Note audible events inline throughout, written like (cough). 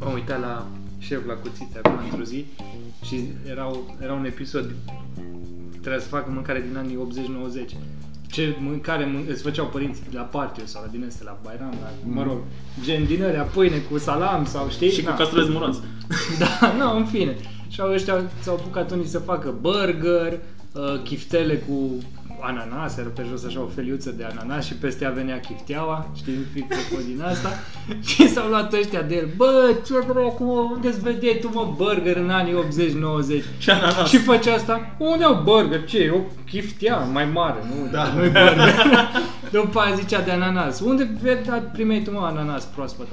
M-am uitat la șef la cuțită acum într-o zi și era, era un episod trebuia să facă mâncare din anii 80-90. Ce mâncare mân- îți făceau părinții de la patio sau la din este, la Bairam, la, mă rog, gen din alea, pâine cu salam sau știi? Și cu Na. castrezi murați. (laughs) Da, nu, în fine. Și au ăștia s-au apucat unii să facă burger, uh, chiftele cu ananas, era pe jos așa o feliuță de ananas și peste ea venea chifteaua, știi, fix pe din asta. și s-au luat ăștia de el, bă, ce dracu, mă, unde ți vedeai tu, mă, burger în anii 80-90? Și ananas. Și făcea asta, unde au burger, ce, e o chiftea mai mare, nu, da. nu burger. (laughs) După aia zicea de ananas, unde vede- primeai tu, mă, ananas proaspăt?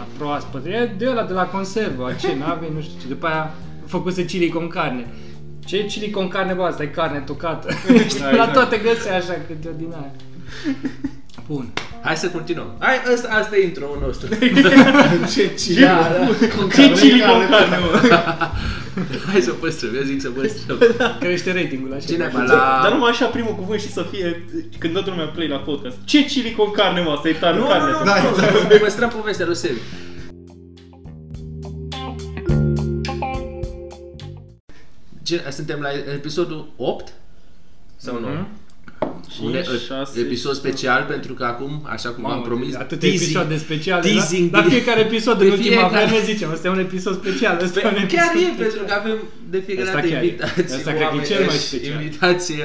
A, proaspăt, e de ăla de la conservă, a ce, n-avei, nu știu ce, după aia făcuse chili con carne. Ce e chili con carne, bă, asta e carne tocată. Știi, Da, la exact. toate găseai așa câte o din aia. Bun. Hai să continuăm. Hai, asta, asta e intro nostru. Ce cine? (laughs) Da, da. Ce chili con carne, mă? Hai să păstrăm, eu zic să (laughs) păstrăm. Crește ratingul așa. Cine mai Dar la... numai așa primul cuvânt și să fie, când dă lumea play la podcast. Ce chili con carne, mă? Asta e tare Nu, carne. nu, nu, Da, nu, păstrăm povestea lui Sebi. Gen- Suntem la episodul 8 sau 9? Hmm? Mhm. Și Un șase- ă, episod special pentru că acum, așa cum am promis, Atâtea teasing- episoade speciale, teasing la, la de- fiecare episod, de în ultima fiecare- Păi, vreme zicem, ăsta e un episod special, ăsta e un episod Chiar e, special. pentru că avem de fiecare Asta dată chiar e. invitații, Asta cred că e oameni cel mai și special. invitație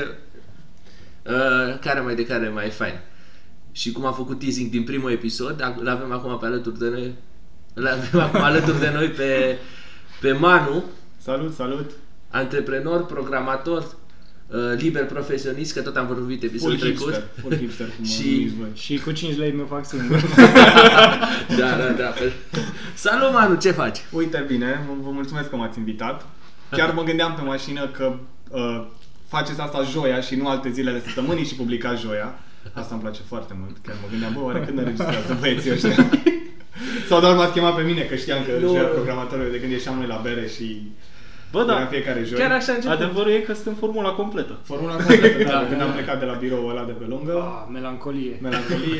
uh, care mai de care mai fain. Și cum am făcut teasing din primul episod, ac- l-avem acum pe alături de noi, l-avem acum alături de noi pe, pe Manu, Salut, salut. antreprenor, programator, uh, liber profesionist, că tot am vorbit episodul Full trecut. hipster. Full hipster, (laughs) cum Și- și... numiți voi. Și cu 5 lei mi fac singur. Da, da, da. Salut, Manu, ce faci? Uite bine, vă- vă mulțumesc că m-ați invitat. Chiar mă gândeam pe mașină că uh, faceți asta joia și nu alte zile ale săptămânii și publicați joia. Asta îmi place foarte mult. Chiar mă gândeam, bă, oare când înregistrează băieții ăștia? Sau doar m-ați chemat pe mine, că știam că Nu. nu. era programatorul de când ieșeam noi la bere și Bă, era da, fiecare joi. Chiar așa început. adevărul e că suntem formula completă. Formula completă, da, când am plecat de la biroul ăla de pe lungă, Ah, melancolie. melancolie,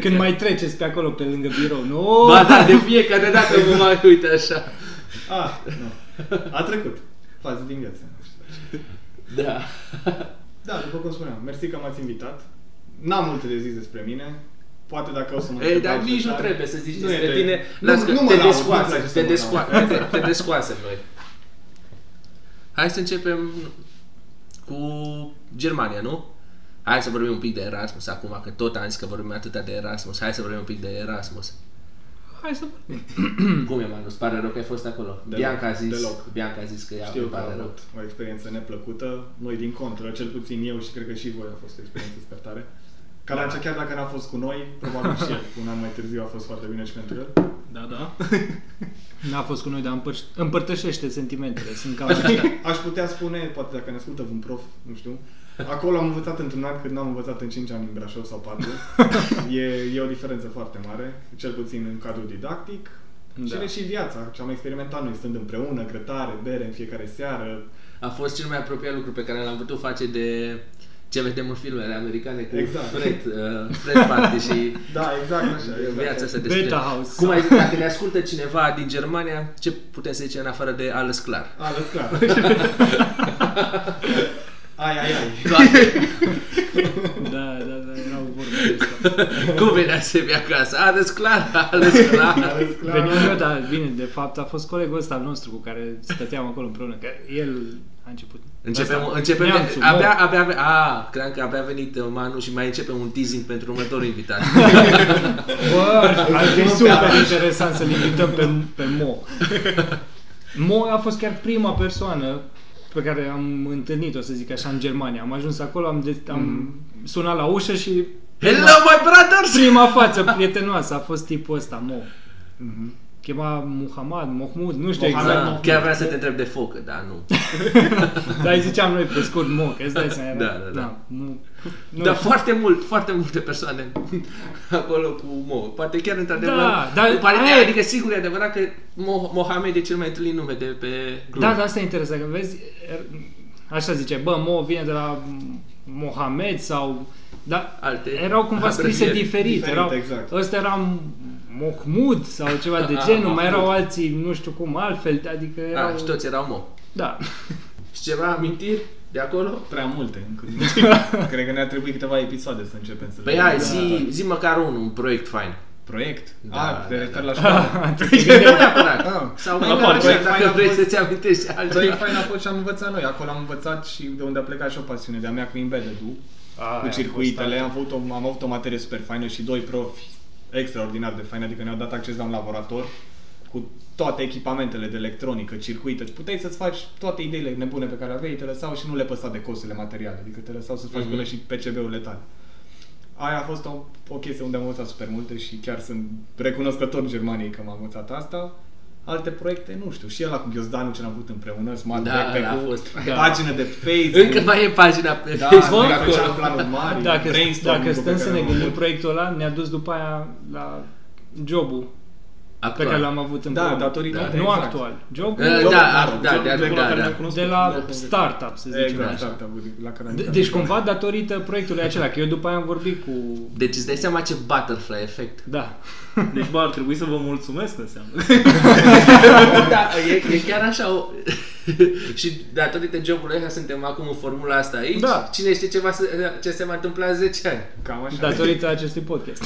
Când mai treceți pe acolo, pe lângă birou, nu? Ba da, de fiecare dată mă mai uit așa. a, Ah, nu, a trecut, fază din viață. nu știu. Da. Da, după cum spuneam, mersi că m-ați invitat. N-am multe de zis despre mine. Poate dacă o să mă E, întreb dar alte nici nu tare- trebuie să zici Nu e despre de- tine. Nu- Las că nu mă te laud, nu-mi descoasă, place să te mă descoasă, te, te descoasă noi. Hai să începem cu Germania, nu? Hai să vorbim un pic de Erasmus acum, că tot am zis că vorbim atâta de Erasmus. Hai să vorbim un pic de Erasmus. Hai să... Hmm. Cum e, Manu? Îți pare rău că ai fost acolo? Deloc, Bianca a zis, deloc. Bianca a zis că ea Știu îi că pare am rău. avut o experiență neplăcută, noi din contră, cel puțin eu și cred că și voi a fost o experiență spectare. Da. Calancea, chiar dacă n-a fost cu noi, probabil și el, un an mai târziu a fost foarte bine și pentru el. Da, da. N-a fost cu noi, dar împăr- împărtășește sentimentele, sunt cam așa. Aș putea spune, poate dacă ne ascultă un prof, nu știu, acolo am învățat într-un an când n-am învățat în 5 ani în Brașov sau 4. E, e o diferență foarte mare, cel puțin în cadrul didactic. Da. Și Da. ne și viața, ce am experimentat noi stând împreună, grătare, bere în fiecare seară. A fost cel mai apropiat lucru pe care l-am putut face de ce vedem în filmele americane cu Exact. Fred, uh, Fred Party (laughs) și Da, exact așa. În Exact. viața asta despre... Beta House. Cum ai zis, dacă ne ascultă cineva din Germania, ce putem să zicem în afară de alles clar? A, lăs clar. ai, ai, ai. Toate. (laughs) Da, da, da, erau vorbe de asta. (laughs) Cum venea să vii acasă? Alles clar, alles clar. Ales clar. Veneam eu, dar bine, de fapt a fost colegul ăsta al nostru cu care stăteam acolo împreună, că el a început. Începem, Ăsta, începem neamțul, abia, bă. abia, abia, a, cream că abia a venit uh, Manu și mai începem un teasing pentru următorul (laughs) invitat. Bă, ar fi super da. interesant să-l invităm pe, pe Mo. Mo a fost chiar prima persoană pe care am întâlnit-o, să zic așa, în Germania. Am ajuns acolo, am, de- am sunat la ușă și Mm. Hello, my brothers! prima față prietenoasă a fost tipul ăsta, Mo. Mm-hmm. Chema Muhammad, Mahmud, nu știu Mohamed. exact. Da, chiar vreau să te întreb de focă, dar nu. Dar îi ziceam noi pe scurt Mo, că îți dai seama. era- Da, da, da. nu, nu Dar știu. foarte mult, foarte multe persoane (laughs) acolo cu Mo. Poate chiar într-adevăr. Da, dar- pare, aia e. adică sigur e adevărat că Mo- Mohamed e cel mai întâlnit nume de pe Cluj. Da, da, asta e interesant, că vezi, er- așa zice, bă, Mo vine de la Mohamed sau Da, Alte erau cumva scrise abrevieri. diferit. Diferit, erau, exact. Ăsta era Mohmud sau ceva de Ah, genul, mai erau Mahmud. alții, nu știu cum, altfel, adică erau... Ah, și toți erau mo. Da. Și ceva amintiri de acolo? Prea multe încât. Cred că ne-ar trebui câteva episoade să începem să Păi le- hai, zi, da. zi măcar unul, un proiect (laughs) fain. Proiect? Da, Da, ah, te da, referi la da. școală. Nu neapărat. Ah. Sau Apar, măcar așa, proiect fain dacă a vrei fost- să-ți amintești Proiect altceva. fain a fost ce am învățat noi. Acolo am învățat și de unde a plecat și o pasiune de-a mea cu embedded-ul, cu circuitele. Am, făcut o, am avut o materie super faină și doi profi extraordinar de faini, adică ne-au dat acces la un laborator cu toate echipamentele de electronică, circuite. Deci Puteai să-ți faci toate ideile nebune pe care le aveai, te lăsau și nu le păsa de costurile materiale. Adică te lăsau să-ți faci Mhm. mm-hmm. și PCB-urile tale. Aia a fost o, o chestie unde am învățat super multe și chiar sunt recunoscător Germaniei că m-am învățat asta. Alte proiecte, nu știu, și ăla cu Ghiozdanul ce am avut împreună, Smart Da, Backpack, ăla a cu fost. Da. Deci pagină de Facebook. (laughs) Încă mai e pagina pe da, Facebook noi făceam acolo. planuri mari, Dacă, dacă brainstorming-ul pe stăm care să ne l-am gândim avut. proiectul ăla, ne-a dus după aia la jobul pe Actual. care l-am avut în Da, datorită. Nu exact. actual. Jobul Eh, Job, Da, da, a- da, job, da, jobul la da, care da. ne-am de la startup, să zicem Exact, așa. exact, la care am De- intrat. Deci cumva datorită proiectului acela, că eu după aia am vorbit cu... Deci îți dai seama ce butterfly effect. Da. Deci, bă, ar trebui să vă mulțumesc înseamnă. da, e, e chiar așa o... (laughs) și datorită jobului ăsta suntem acum în formula asta aici. Da. Cine știe ce, va, să- ce se mai întâmpla în (laughs) 10 ani? Cam așa. Datorită acestui podcast.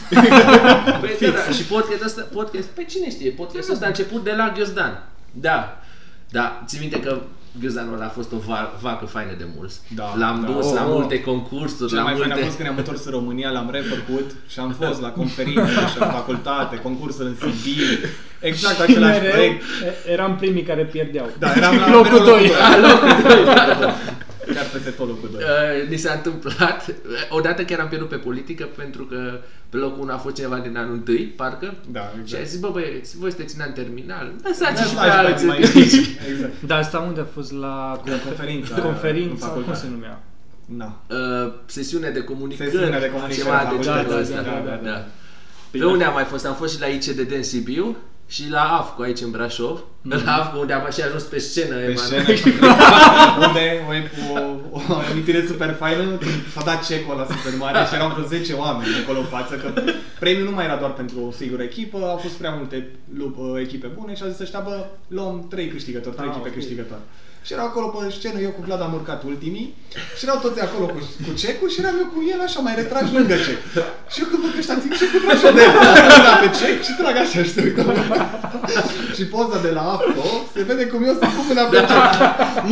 Păi, da, da, și podcastul ăsta, podcast, pe cine știe, Da, podcastul ăsta a început de la Ghiozdan. Da, da, ți minte că Ghiozdanul ăla a fost o va- vacă faină de mulți. Da, l-am da. dus la Oh, oh. multe concursuri, Cel la mai fain multe... a fost când ne-am întors în România, l-am refăcut și am fost la conferințe și la facultate, concursuri în Sibiu, exact același Mereu proiect. e- eram primii care pierdeau. Da, eram la Locul mereu doi. (laughs) doi. Chiar peste tot locul 2. Uh, ni s-a întâmplat, uh, odată chiar am pierdut pe politică pentru că pe locul 1 a fost cineva din anul 1, parcă. Da, Și a exact. zis, bă băieți, voi sunteți în an terminal, lăsați și pe Lași băieții alții. mai mici. Exact. Dar asta unde a fost? La La conferința. în conferință? Cum facultate. se numea? Na. Uh, sesiune de comunicări, Sesiune de comunicări, ceva am de auzit, genul da, ăsta. da, da, da. da. Pe unde am mai fost? Am fost și la ICDD în Sibiu și la AFCO aici în Brașov. Mm-hmm. La AFCO unde am și ajuns pe scenă, Pe Emanuel. scenă, unde o, o, o amintire super faină, când s-a dat cecul la super mare și erau vreo 10 oameni acolo în față, că premiul nu mai era doar pentru o singură echipă, au fost prea multe lu- echipe bune și au zis ăștia, bă, luăm 3 câștigători, 3 Ah, echipe ok. câștigători. Și erau acolo pe scenă, eu cu Vlad am urcat ultimii și erau toți acolo cu, cu cecul și eram eu cu el așa mai retras lângă cec. Și eu când văd că ăștia țin cecul, trag și eu de la pe cec și trag așa și se uită. și poza de la AFCO se vede cum eu sunt cu mâna Da. pe cec.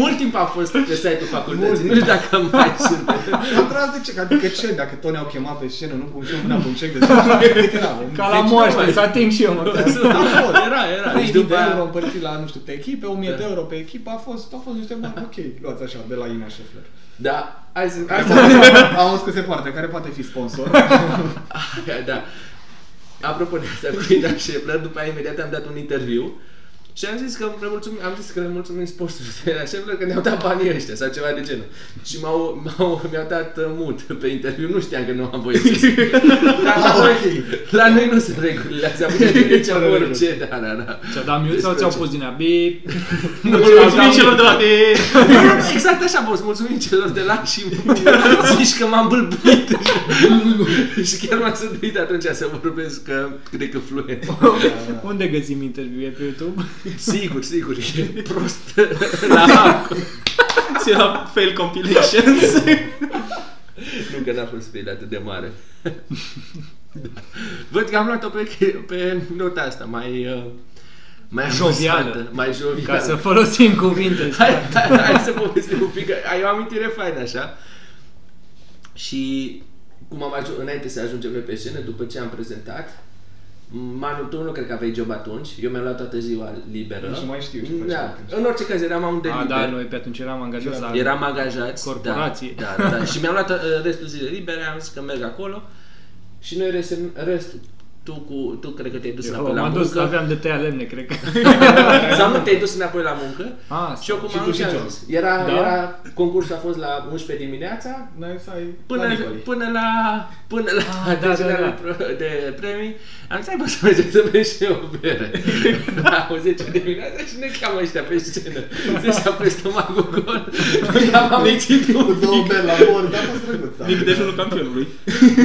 Mult timp am fost pe site-ul facultății, Mult. nu știu dacă mai sunt. Am tras de ce? Adică ce? Dacă tot ne-au chemat pe scenă, nu cum și eu mâna cu un cec de zi. Ca la moaște, să ating și eu (laughs) măcar. Da, Era, era. Și 3.000 de după Păi, euro aia, Da. împărțit la, nu știu, pe echipe, 1000 de euro pe echipă, a fost, a fost niște bani, ok, luați așa, de la Ina Șefler. da, hai să... Hai să Am că se poartă, care poate fi sponsor. (laughs) da. Apropo de asta (laughs) cu Ida Șefler, după aia imediat am dat un interviu și am zis că le mulțumim, am zis că le mulțumim (laughs) sponsorului de la Șefler că ne-au dat banii ăștia sau ceva de genul. Și m-au, m-au, mi-au dat uh, mut pe interviu, nu știam că nu am voie să zic. Dar la noi, la noi nu sunt regulile astea, puteți trece Fără orice, da, da, da. Ți-a dat mute sau ți-au pus din ea? (laughs) Bip. Nu, Mulțumim celor de la de... (laughs) Exact așa, boss, mulțumim celor de la și (laughs) zici că m-am bâlbit. (laughs) și chiar m-am sândit atunci să vorbesc că cred că fluent. Unde găsim interviu? E pe YouTube? Sigur, sigur, e prost (laughs) Da. la Se la fail (laughs) compilations. Nu că n-a fost fail atât de mare. (laughs) Văd că am luat-o pe, pe nota asta, mai... uh, Mai Jovială. amuzantă, Mai jovială. Ca să folosim cuvinte. Hai, hai, hai să povestim un pic, că ai o amintire faină așa. Și cum am ajuns, înainte să ajungem noi pe scenă, după ce am prezentat, Manu, tu nu cred că aveai job atunci, eu mi-am luat toată ziua liberă. Nici nu mai știu ce da. făceam atunci. În orice caz, eram unde A, liber. da, noi pe atunci eram angajați la... Eram angajați. Corporație. Da, da, da. Și mi-am luat uh, restul zilei libere, am zis că merg acolo. Și noi resem, restul tu, cu, tu cred că te-ai dus Eu înapoi la m-am dus, muncă. aveam de tăia lemne, cred că. Sau nu te-ai dus înapoi la muncă. A, Și eu cum Și am tu și și am George. zis. Era, Da? era, concursul a fost la 11 dimineața, N-ai să ai Până la la, Nicoli. până la, până la (laughs) Ah, da, da, degenerarea da. pro- de premii, am zis, hai bă, să mergem să bem și eu o bere. Da, La 10 dimineața și ne cheamă ăștia pe scenă. Se s-a pe stomacul gol. I-am amețit Cu un două pic. beri la bord, a fost drăguț. da. Mic dejunul campionului.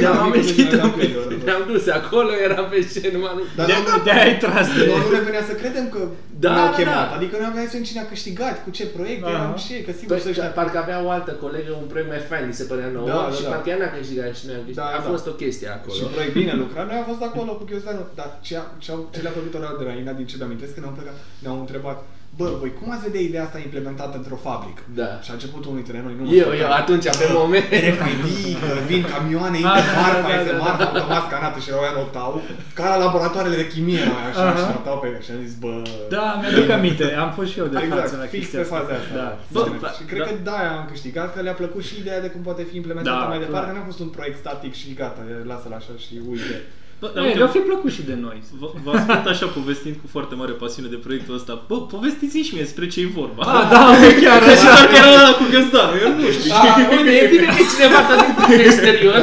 I-am Mic amețit dejun la un pic. campionul. Ne-am dus acolo, era pe scenă, m-am dus. Dar De- nu De-aia ai tras de... nu ne venea să credem că Da, ne-au da, chemat. da. Adică noi aveam să cine a câștigat, cu ce proiect, Aha. eram și ei, că sigur să-și Păi, parcă avea o altă colegă, un premiu mai fain, mi se părea nouă, Da, da, și da. parcă ea n-a câștigat și ne-a câștigat. Da, a da. fost o chestie acolo. Și proiect bine lucrat, noi am fost acolo cu Ghiozdanul, dar ce, a- ce, au- ce le-a plăcut ora de la Ina, din ce mi-amintesc, când am plecat, ne-au întrebat, bă, voi cum ați vedea ideea asta implementată într-o fabrică? Da. Și Da. a început unul dintre noi, nu mă Eu, știu, eu, atunci, pe moment, (laughs) RFID, că vin camioane, intră Ah, da, da, marfa, da, iese da, marfa, automat scanată și erau ea notau, ca la laboratoarele de chimie, mai așa, Aha. și notau pe ele și am zis, bă... Da, mi-aduc aminte, am fost și eu de Exact, față la fix chestia pe faza asta. Da. Bă, da, și cred da. că da, am câștigat, că le-a plăcut și ideea de cum poate fi implementată Da, mai clar. departe. N-a fost un proiect static și gata, lasă-l așa și uite. Bă, dar Ei, uite, le-a fi plăcut și de noi. Vă, vă ascult așa povestind cu foarte mare pasiune de proiectul ăsta. Bă, povestiți și mie despre ce e vorba. A, da, uite, chiar Deci așa. (laughs) dacă era ăla cu găzdanul, eu nu știu. A, uite, e Ah, bine că cineva tot (laughs) din exterior.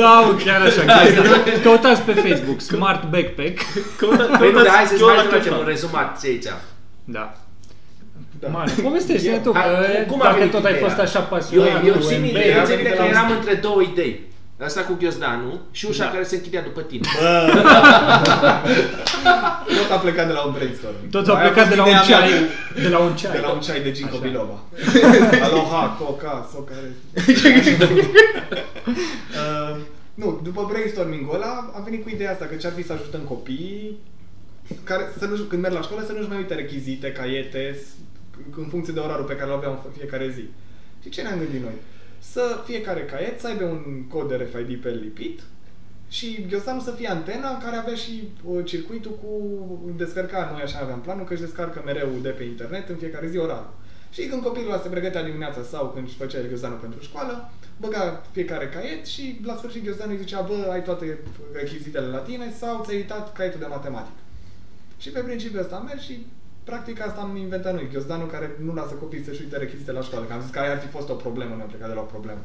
Da, mă, chiar așa. Chestia. Căutați pe Facebook Smart Backpack. Căuta, Păi nu, dar hai căutați să eu la mai facem un Căzdan. rezumat ce aici. Da. Da. Mare, povestește-ne Eu- tu, Hai, că cum a dacă venit tot ai ideea? fost așa Eu, pasionat. eu cu da, țin NBA. minte, eu țin minte venit că de la eram un- între două idei. Asta cu ghiozdanul și Da. ușa care se închidea după tine. (laughs) Tot a plecat de la un brainstorming. Tot a Aia plecat fost de la un ideea ceai. mea De la un ceai. De la un ceai de Ginkgo (laughs) biloba. Aloha, coca, socare. (laughs) uh, nu, după brainstorming-ul ăla am venit cu ideea asta că ce-ar fi să ajutăm copiii care să nu, când merg la școală să nu-și mai uite rechizite, caiete, s- în funcție de orarul pe care îl aveam în fiecare zi. Și ce ne-am gândit noi? Să fiecare caiet să aibă un cod de RFID pe el lipit și ghiozdanul să fie antena care avea și uh, circuitul cu descărcarea. Noi așa aveam planul că își descarcă mereu de pe internet în fiecare zi orarul. Și când copilul ăla se pregătea dimineața sau când își făcea el ghiozdanul pentru școală, băga fiecare caiet și la sfârșit ghiozdanul îi zicea, bă, ai toate rechizitele la tine sau ți-ai uitat caietul de matematică. Și pe principiul ăsta merg și practic asta am inventat noi, ghiozdanul care nu lasă copiii să-și uite rechizite la școală, că am zis că aia ar fi fost o problemă, ne-am plecat de la o problemă.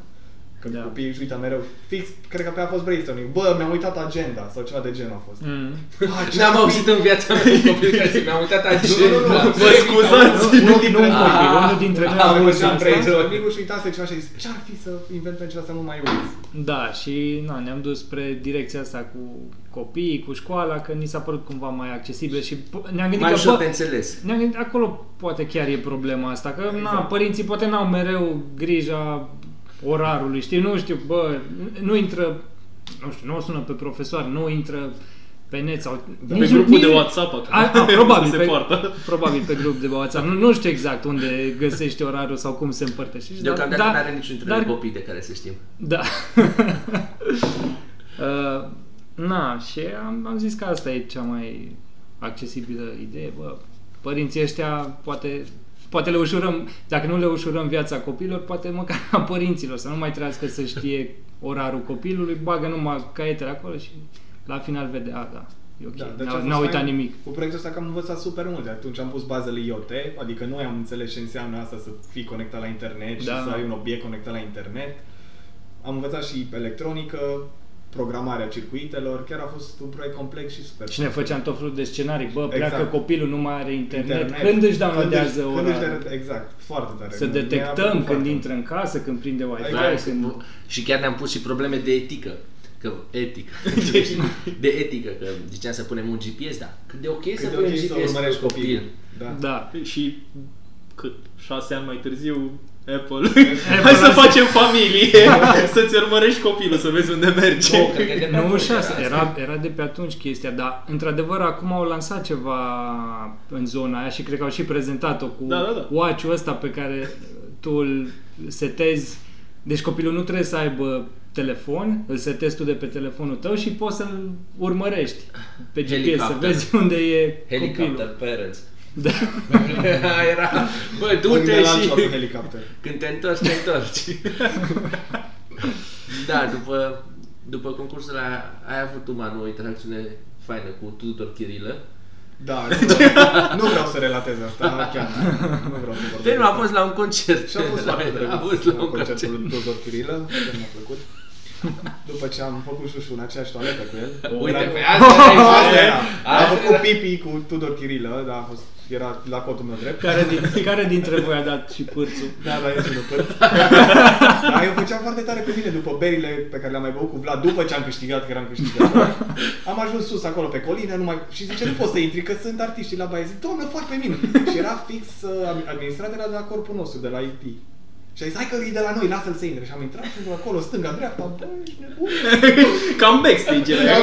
Când Da. da. copiii își uită mereu, fix, cred că pe aia a fost brainstorming, bă, mi-am uitat agenda sau ceva de genul a fost. Mm. Ah, ce (laughs) N-am rapid! auzit în viața mea (laughs) un copil care mi-a uitat Nu, nu, nu, agenda. vă scuzați! Nu, nu un copil, Ah, unul dintre noi Da, a am avut văzut în asta. brainstorming și uitase ceva și a zis, ce-ar fi să inventăm ceva să nu mai uiți? Da, și na, ne-am dus spre direcția asta cu copiii, cu școala, că ni s-a părut cumva mai accesibil și po- ne-am gândit Mai că ușor bă, de înțeles. Ne-am gândit, acolo poate chiar e problema asta, că exact. na, părinții poate n-au mereu grija orarului, știi, nu știu, bă, nu intră, nu știu, nu o sună pe profesor, nu intră pe net sau... Da, Pe grupul de WhatsApp acum. A, a, probabil, (laughs) se pe, poartă. probabil pe grup de WhatsApp. Nu, nu știu exact unde găsești orarul sau cum se împărtășește. Deocamdată dar- nu are niciun dintre da, dar- noi copii de care să știm. da. (laughs) uh, na, și am, am zis că asta e cea mai accesibilă idee, bă. Părinții ăștia poate, poate le ușurăm, dacă nu le ușurăm viața copilor, poate măcar a părinților, să nu mai trească să știe orarul copilului, bagă numai caietele acolo și la final vede, a, da, e ok, deci a n-a, fost n-a uitat fain. nimic. Cu proiectul ăsta că am învățat super multe. Atunci am pus bazele IoT, adică noi am înțeles ce înseamnă asta să fii conectat la internet Da. și să ai un obiect conectat la internet. Am învățat și electronică, programarea circuitelor. Chiar a fost un proiect complex și super. Și ne făceam tot felul de scenarii, bă, Exact. pleacă copilul, nu mai are internet, când își downloadează când orarul? își, când își, Exact, foarte Păi tare. Să Mi-a plăcut detectăm foarte când mult. intră în casă, când prinde Wi-Fi, Ai când... Nu. Și chiar ne-am pus și probleme de etică. Că, (laughs) etică. de etică, că ziceam să punem un GPS, da. Cât de ok să Cât de punem ok să GPS pe urmărești copil. copiii. Da. Da. Păi Și cât? Șase ani mai târziu, Apple. Hai să a- facem familie, să-ți urmărești copilul, să vezi unde merge. Nu, cred că de Nu acolo șase, asta. era, era de pe atunci chestia, dar într-adevăr acum au lansat ceva în zona aia și cred că au și prezentat-o cu Da, da, da. watch-ul ăsta pe care tu îl setezi. Deci copilul nu trebuie să aibă telefon, îl setezi tu de pe telefonul tău și poți să-l urmărești pe GPS, să Helicopter. vezi unde e Helicopter copilul. parents. (laughs) Da. (laughs) Era, bă, Unde du-te la și... cu și helicopter. când te întorci, te întorci. (laughs) da, după după concursul aia, ai avut tu, Manu, o interacțiune faină cu Tudor Chirilă. Da, nu, nu vreau să relatez (laughs) asta, chiar nu vreau să vorbesc. Pentru a fost la un concert. Și (laughs) a fost foarte (laughs) A drăguț fost la la un concert. concertul lui Tudor Chirilă, chiar mi-a plăcut. După ce am făcut șușu în aceeași toaletă cu el. Uite, Era- pe asta ai (laughs) Asta era. Asta Am era. făcut pipi cu Tudor Chirilă, dar a fost, era la cotul meu drept. Care, din, care dintre voi a dat și pârțul? Da, da, eu sunt în părți. Dar eu făceam foarte tare pe mine după berile pe care le-am mai băut cu Vlad, după ce am câștigat, că eram câștigat. Am ajuns sus acolo pe colină numai, și zice, nu poți să intri, că sunt artiștii la baie. Zic, doamnă, fac pe mine. Și era fix uh, administrat era de la corpul nostru, de la IT. Și a zis, hai că e de la noi, lasă-l să intre. Și am intrat și acolo, stânga, dreapta, băi, ești nebun. (laughs) Cam backstage era.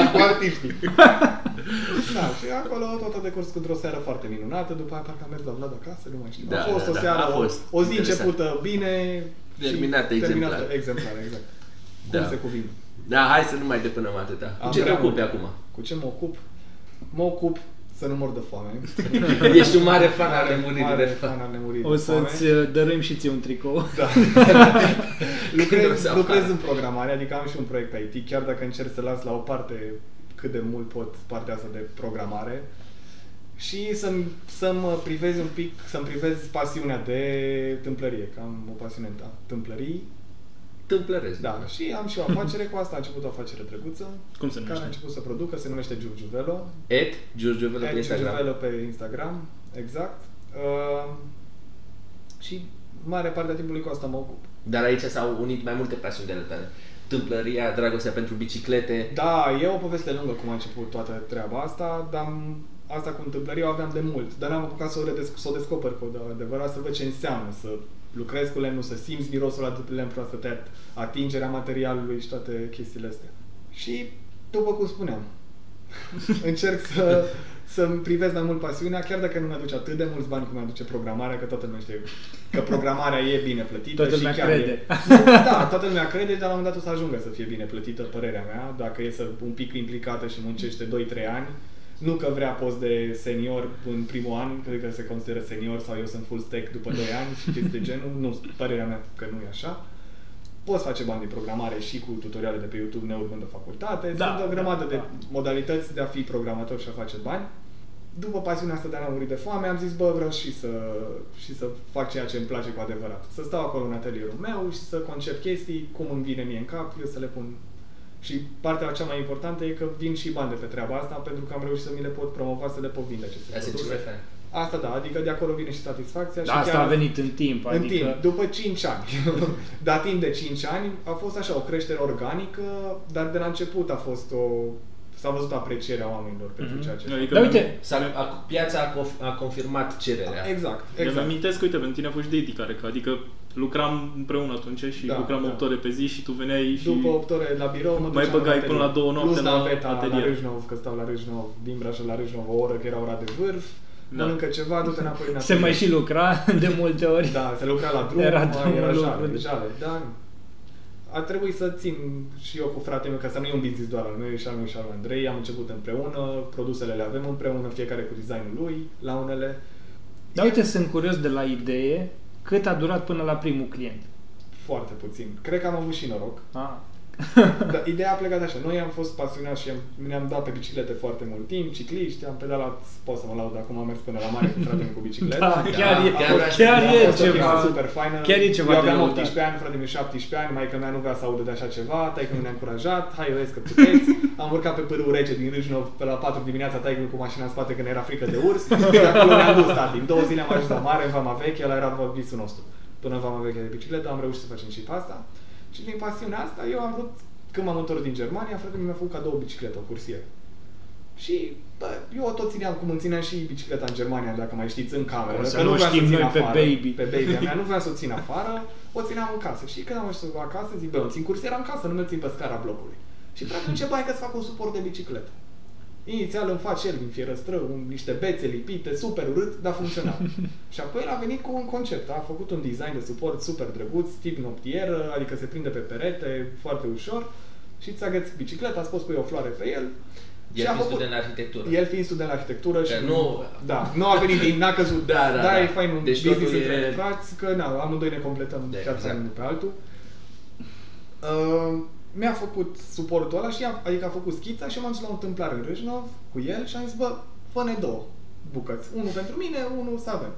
Și cu artiștii. Da, și acolo tot a decurs într-o seară foarte minunată, după aia parcă am mers la Vlad acasă, nu mai știu. Da, a fost da, o da, seară, a fost. o, o zi Interesant. începută bine, și Terminată exemplar. Terminată exemplar, exact. Da. Cum se cuvine. Da, hai să nu mai depânăm atâta. Cu Am ce te prea ocupi mult. acum? (laughs) Cu ce mă ocup? Mă ocup să nu mor de foame. Ești un mare fan al nemurii Mare de foame. fan al nemurii O de foame. să-ți uh, dăruim și ție un tricou. (laughs) Da. Când o să lucrez, apară. lucrez în programare, adică am și un proiect IT, chiar dacă încerc să las la o parte cât de mult pot partea asta de programare și să-mi, să privez un pic, să-mi privez pasiunea de tâmplărie, că am o pasiune în ta- tâmplării. Tâmplăresc. Da, și am și o afacere, cu asta a început o afacere drăguță, Cum se care a numește? început să producă, se numește Giurgiuvelo, Et, George Velo pe pe Instagram. Giurgiuvelo pe Instagram, exact. Uh, și mare parte a timpului cu asta mă ocup. Dar aici s-au unit mai multe pasiuni de ale tale. Tâmplăria, dragostea pentru biciclete. Da, e o poveste lungă cum a început toată treaba asta, dar am- asta cu întâmplări eu aveam de mult, dar n-am apucat să o, redesc- să o descoper cu adevărat, să văd ce înseamnă să lucrezi cu lemnul, să simți mirosul la lemn proaspăt, tăiat, atingerea materialului și toate chestiile astea. Și, după cum spuneam, încerc să, să-mi privesc mai mult pasiunea, chiar dacă nu mi-aduce atât de mulți bani cum mi-aduce programarea, că toată lumea știe că programarea e bine plătită Toată și lumea chiar crede. E, da, toată lumea crede, dar la un moment dat o să ajungă să fie bine plătită, părerea mea, dacă e să un pic implicată și muncește 2-3 ani. Nu că vrea post de senior în primul an, cred că se consideră senior sau eu sunt full stack după 2 ani și chestii de genul. Nu, părerea mea că nu e așa. Poți face bani din programare și cu tutoriale de pe YouTube neurmând de facultate. Da, Da, Sunt o grămadă da, de da. modalități de a fi programator și a face bani. După pasiunea asta de a muri de foame, am zis, bă, vreau și să, și să fac ceea ce îmi place cu adevărat. Să stau acolo în atelierul meu și să concep chestii cum îmi vine mie în cap, eu să le pun. Și partea cea mai importantă e că vin și bani de pe treaba asta, pentru că am reușit să mi le pot promova, să le pot vinde aceste Asta e cel mai produse. fain. Asta da, adică de acolo vine și satisfacția. Da, și asta chiar a venit în timp, în adică... timp, după 5 ani. (laughs) dar timp de 5 ani a fost așa, o creștere organică, dar de la început a fost o... S-a văzut aprecierea oamenilor pentru Mhm. ceea ce... Adică Dar mi-am- uite, S-a, a, piața a, conf- a confirmat cererea. Exact, Exact. exact. Îmi amintesc, uite, pentru tine a fost dedicare, că adică lucram împreună atunci și Da, lucram da. 8 ore pe zi și tu veneai și... După 8 ore la birou, mă Mai duceam băgai atelier. până la două noapte Plus la naveta, atelier. la Râșnov, că stau la Râșnov, din Brașov la Râșnov o oră, că era ora de vârf. Da. Mănâncă ceva, du-te înapoi în Se atelier. mai și lucra (laughs) de multe ori. Da, se lucra la drum, Era era, drumul era jale, lucru. jale, da. A trebuit să țin și eu cu fratele meu, că să nu e un business doar al meu, e și al meu și al lui Andrei, am început împreună, produsele le avem împreună, fiecare cu designul lui, la unele. Dar uite, sunt curios de la idee cât a durat până la primul client. Foarte puțin. Cred că am avut și noroc. Ah. Dar ideea a plecat așa. Noi am fost pasionați și am, ne-am dat pe biciclete foarte mult timp, cicliști, am pedalat, pot să mă laud acum, am mers până la mare cu fratele meu cu bicicletă. Da, chiar e- A fost- chiar a e fost o chestie ceva- super faină. chiar e ceva Eu de da. aveam lăudat. 18 ani, fratele meu 17 ani, maica mea nu vrea să audă de așa ceva, taică nu ne-a încurajat, hai vezi că puteți. Am urcat pe pârâul rece din Râșnov pe la 4 dimineața, taică cu mașina în spate că ne era frică de urs. Și acolo ne-am dus, tati. În două zile am ajuns la mare, în Vama Veche, ăla era visul nostru. Până în Vama Veche de bicicletă am reușit să facem și pasta. Și din pasiunea asta eu am vrut, când m-am întors din Germania, fratele meu mi-a făcut cadou o bicicletă, o cursieră. Și bă, eu o tot țineam cum îmi țineam și bicicleta în Germania, dacă mai știți, în cameră. O să că nu vreau știm țin noi pe afară, baby. Pe baby mea, nu vreau să o (laughs) țin afară, o țineam în casă. Și când am ajuns acasă, zic, bă, îmi țin cursiera în casă, nu mi țin pe scara blocului. Și practic începea hai că-ți fac un suport de bicicletă. Inițial îmi face el din fierăstră, un, niște bețe lipite, super urât, dar (laughs) funcțional. și apoi el a venit cu un concept, a făcut un design de suport super drăguț, tip noptieră, adică se prinde pe perete, foarte ușor, și ți agăți bicicleta, ați pus pui o floare pe el. El fiind student la arhitectură. El fiind student la arhitectură și Că nu- da, nu a venit din, n-a căzut. Da, da, da, da. e fain un Deci deci business totul e- între frați, că na, amândoi ne completăm Da, da, viața exact. exact. unul pe altul. Uh, mi-a făcut suportul ăla și i-a, adică a făcut schița și eu m-am dus la o întâmplare în Râșnov cu el și am zis, bă, fă-ne două bucăți. Unul pentru mine, unul să avem.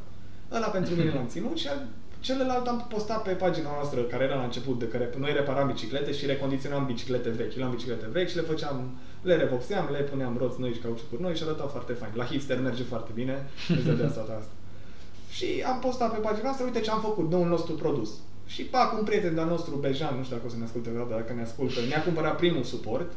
Ăla pentru mine l-am ținut și al- celălalt am postat pe pagina noastră care era la început, de care noi reparam biciclete și recondiționam biciclete vechi. Luam biciclete vechi și le făceam, le revopseam, le puneam roți noi și cauciucuri noi și arătau foarte fain. La hipster merge foarte bine, îți dă de asta, da. de asta. Și am postat pe pagina noastră, uite ce am făcut, noul nostru produs. Și pac, un prieten de-al nostru, Bejan, nu știu dacă o să ne asculte vreodată, dacă ne ascultă, ne-a cumpărat primul suport.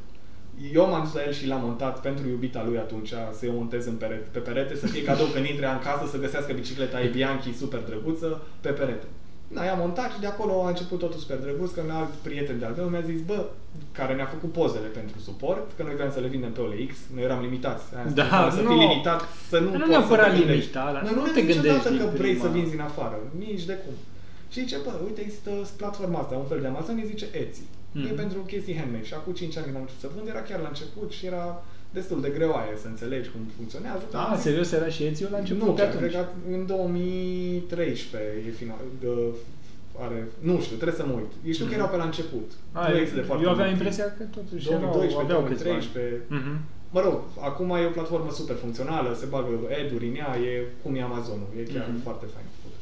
Eu m-am dus la el și l-am montat pentru iubita lui atunci, să-i o montez în perete, pe perete, să fie cadou când intre în casă, să găsească bicicleta ei Bianchi super drăguță pe perete. Na, i-am montat și de acolo a început totul super drăguț, că un alt prieten de-al meu mi-a zis, bă, care ne-a făcut pozele pentru suport, că noi vreau să le vindem pe OLX, noi eram limitați. Aia Da, spune, să fii nu. limitat, să nu Nu poți neapărat să te gândești. limita, dar Noi nu nu te te niciodată gândești că din vrei prima. să vinzi din afară, nici de cum. Și zice, bă, uite, există platforma asta, un fel de Amazon, îi zice Etsy. Mm. E Mhm. pentru chestii handmade. Și acum 5 ani când am început să vând, era chiar la început și era destul de greoaie să înțelegi cum funcționează. Dar Da, am zis, serios, era și Ezio la început? nu, pe chiar atunci. cred că în 2013 e final, de, are, nu știu, trebuie să mă uit. Eu știu că Mhm. erau pe la început. A, nu eu- există de foarte eu aveam mult timp. impresia că totuși erau, 2012, aveau câțiva ani. 2013, Mhm. Mă rog, acum e o platformă super funcțională, se bagă ad-uri în ea, e cum e Amazonul, e chiar Mhm. mm-hmm. foarte fain făcut.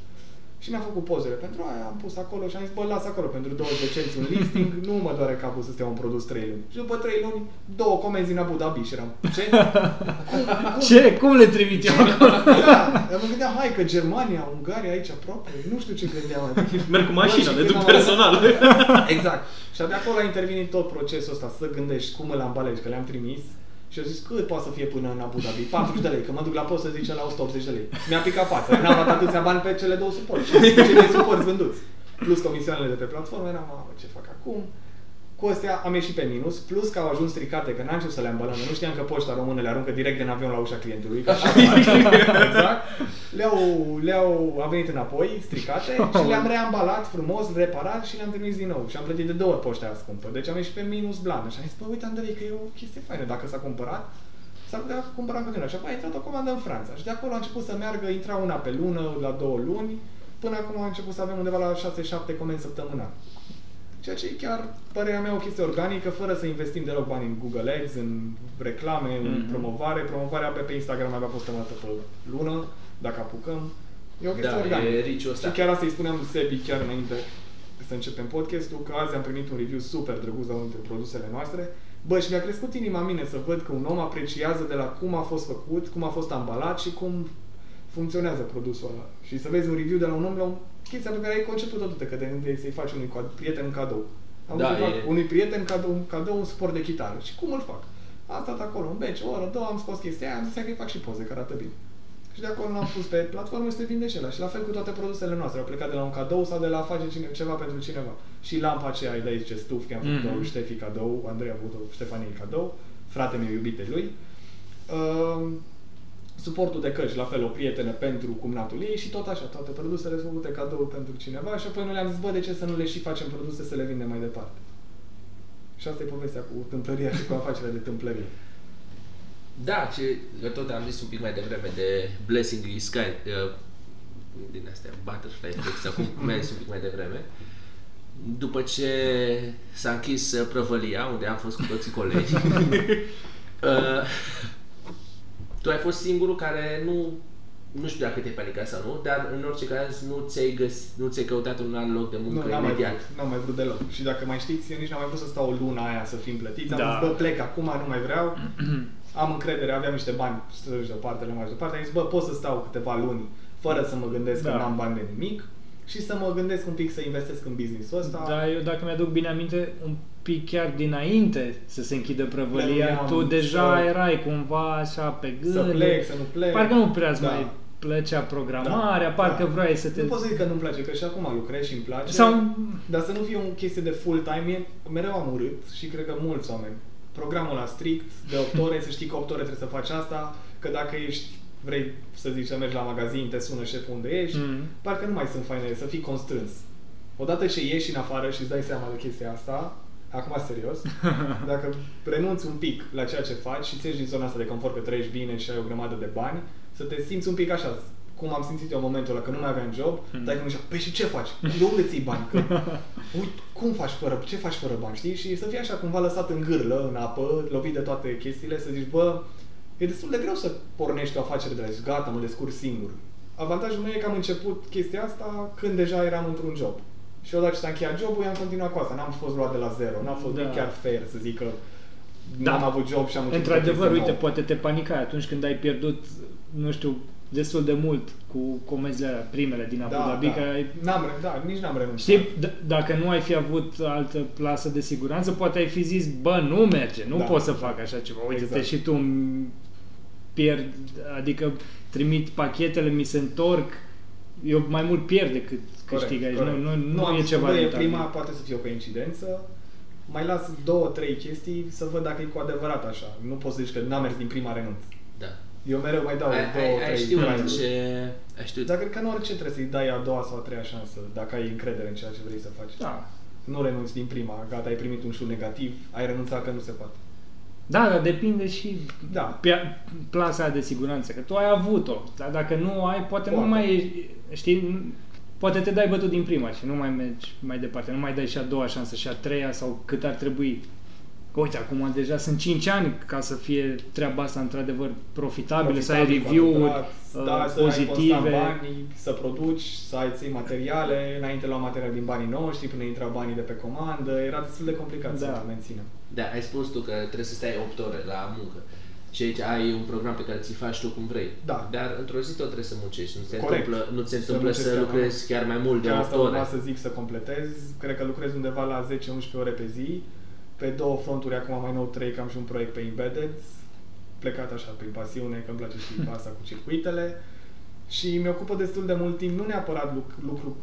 Și mi-am făcut pozele pentru aia, am pus acolo și am zis, bă, las acolo pentru 20 de cenți un (laughs) listing, nu mă doare capul să stea un produs 3 luni. Și după 3 luni, două comenzi în Abu Dhabi și eram, (laughs) ce? Cum? Cum? Ce? Cum le trimit eu acolo? Da, mă gândeam, hai că Germania, Ungaria aici aproape, nu știu ce gândeam. Merg cu Bă, mașina, și le duc când am- personal. Exact. Și de acolo a intervenit tot procesul ăsta, să gândești cum îl ambalezi, că le-am trimis. Și au zis, cât poate să fie până în Abu Dhabi? 40 de lei, că mă duc la post să zice la 180 de lei. Mi-a picat fața, n-am dat atâția bani pe cele două suporti. Cei doi suporti vânduți. Plus comisioanele de pe platformă, eram, mamă, ce fac acum? Cu astea am ieșit pe minus, plus că au ajuns stricate, că n-am ce să le ambalăm, că nu știam că poșta română le aruncă direct din avion la ușa clientului, că așa exact. Le-au, le-au a venit înapoi, stricate, și le-am reambalat frumos, reparat și le-am trimis din nou. Și am plătit de două ori poșta aia scumpă, deci am ieșit pe minus blană. Și am zis, bă, uite, Andrei, că e o chestie faină, dacă s-a cumpărat, s-ar putea cumpăra în continuare. Și apoi a intrat o comandă în Franța. Și de acolo a început să meargă, intra una pe lună, la două luni, până acum a început să avem undeva la 6-7 comenzi săptămânal. Ceea ce e chiar, părerea mea, o chestie organică, fără să investim deloc bani în Google Ads, în reclame, mm-hmm. în Mhm. promovare. Promovarea abia pe Instagram avea postăm o dată pe lună, dacă apucăm. E o chestie Da, organică. e riciul ăsta. Și chiar asta îi spuneam lui Sebi chiar înainte să începem podcastul, că azi am primit un review super drăguț la unul dintre produsele noastre. Bă, și mi-a crescut inima în mine să văd că un om apreciază de la cum a fost făcut, cum a fost ambalat și cum funcționează produsul ăla. Și să vezi un review de la un om la un chestia pe care ai conceput-o tu, de că te gândeai să-i faci unui cad- prieten un cadou. Am Da, da, e- fac unui prieten cadou, un cadou un suport de chitară. Și cum îl fac? Am stat acolo un beci, o oră, două, am scos chestia aia, am zis că îi fac și poze, că arată bine. Și de acolo l-am pus pe platformă și se vinde și ăla. Și la fel cu toate produsele noastre. Au plecat de la un cadou sau de la a face cine, ceva pentru cineva. Și lampa aceea îi dai ce stuf, că am făcut-o Mhm. mm-hmm. Ștefi cadou, Andrei a avut-o Ștefanie cadou, frate meu iubite lui. Uh, suportul de căști, la fel, o prietenă pentru cumnatul ei și tot așa, toate produsele sunt făcute cadou pentru cineva și apoi noi le-am zis, bă, de ce să nu le și facem produse să le vindem mai departe? Și asta e povestea cu tâmplăria și cu afacerea de tâmplărie. Da, și eu tot am zis un pic mai devreme de Blessing in Sky, uh, din astea, Butterfly Effect, (laughs) sau cum cum ai zis un pic mai devreme. După ce s-a închis uh, prăvălia, unde am fost cu toții (laughs) colegi, uh, tu ai fost singurul care nu, nu știu dacă te-ai panicat sau nu, dar în orice caz nu ți-ai, găs- nu ți-ai căutat un alt loc de muncă Nu, n-am mai, imediat. vrut, n-am mai vrut deloc. Și dacă mai știți, eu nici n-am mai vrut să stau o lună aia să fim plătiți. Am Da. zis, bă, plec acum, nu mai (clears throat) vreau. Am încredere, aveam niște bani strânși deoparte, le mai departe. Am zis, bă, pot să stau câteva luni fără să mă gândesc Da. că n-am bani de nimic și să mă gândesc un pic să investesc în business-ul ăsta. Da, eu dacă mi-aduc bine aminte, un pic chiar dinainte să se închidă prăvălia, Pleneam tu deja să- erai cumva așa pe gând. Să plec, să nu plec. Parcă nu prea îți Da. mai plăcea programarea, parcă vrei să te... Nu pot să zic că nu-mi place, că și acum lucrez și îmi place. Sau- Dar să nu fie o chestie de full-time, e, mereu am urât și cred că mulți oameni. Programul la strict, de 8 ore, să știi că 8 ore trebuie să faci asta, că dacă ești vrei să zici să mergi la magazin, te sună șeful unde ești, Mhm. mm. parcă nu mai sunt faine, să fii constrâns. Odată ce ieși în afară și îți dai seama de chestia asta, acum (laughs) serios, dacă renunți un pic la ceea ce faci și ți ieși din zona asta de confort că trăiești bine și ai o grămadă de bani, să te simți un pic așa, cum am simțit eu în momentul ăla, că nu mai aveam job, mm. dar mi zicea, păi și ce faci? De unde ții bani? Că, uite, cum faci fără, ce faci fără bani, știi? Și să fii așa cumva lăsat în gârlă, în apă, lovit de toate chestiile, să zici, bă, e destul de greu să pornești o afacere de la zici, gata, mă descurc singur. Avantajul meu e că am început chestia asta când deja eram într-un job. Și odată ce s-a încheiat jobul, am continuat cu asta. N-am fost luat de la zero, n-a fost Da. da. chiar fair să zic că Da. n-am avut job și am început Într-adevăr, o chestie uite, nouă. poate te panicai atunci când ai pierdut, nu știu, destul de mult cu comenzile alea, primele din Abu Dhabi, că adică ai Da, N-am, re- da, nici n-am renunțat. Știi, d- dacă nu ai fi avut altă plasă de siguranță, poate ai fi zis, bă, nu merge, nu da. Da. pot să fac așa ceva. Uite-te exact. Exact. și tu îmi pierd, adică trimit pachetele, mi se întorc, eu mai mult pierd decât Corect, câștig aici. corect. Deci Nu, nu, nu, am e zis, ceva bă, e rentabil. prima, poate să fie o coincidență. Mai las două, trei chestii să văd dacă e cu adevărat așa. Nu poți să zici că n-am mers din prima renunț. Da. Eu mereu mai dau Ai, două, ai, ai trei știut trial-uri. ce... Ai știut... Dar cred că în orice trebuie să-i dai a doua sau a treia șansă, dacă ai încredere în ceea ce vrei să faci. Da. Nu renunți din prima, gata, ai primit un șut negativ, ai renunțat că nu se poate. Da, dar depinde și Da. pia- plasa aia de siguranță, că tu ai avut-o, dar dacă nu o ai, poate, poate. nu Poate. mai, e- știi, nu- poate te dai bătut din prima și nu mai mergi mai departe, nu mai dai și a doua șansă și a treia sau cât ar trebui. Că uite, acum deja sunt 5 ani ca să fie treaba asta într-adevăr profitabilă, să ai Profitabil, review-uri adevărat, uh, da, să pozitive. Ai constant banii, să produci, să ai ții materiale, înainte lua material din banii noștri, până intrau banii de pe comandă, era destul de complicat Da. să te menținem. Da, ai spus tu că trebuie să stai 8 ore la muncă. Și aici ai un program pe care ți-l faci tu cum vrei. Da. Dar într-o zi tot trebuie să muncești. Nu se Corect. întâmplă, nu se Să întâmplă să, muncești chiar mai lucrezi chiar mai mult de Chiar 8 asta urma ore. să zic să completez. Cred că lucrez undeva la 10-11 ore pe zi. Pe două fronturi, acum mai nou trei, că am și un proiect pe Embedded. Plecat așa prin pasiune, că îmi place (laughs) și asta cu circuitele. Și mi ocupă destul de mult timp, nu neapărat lucru, lucru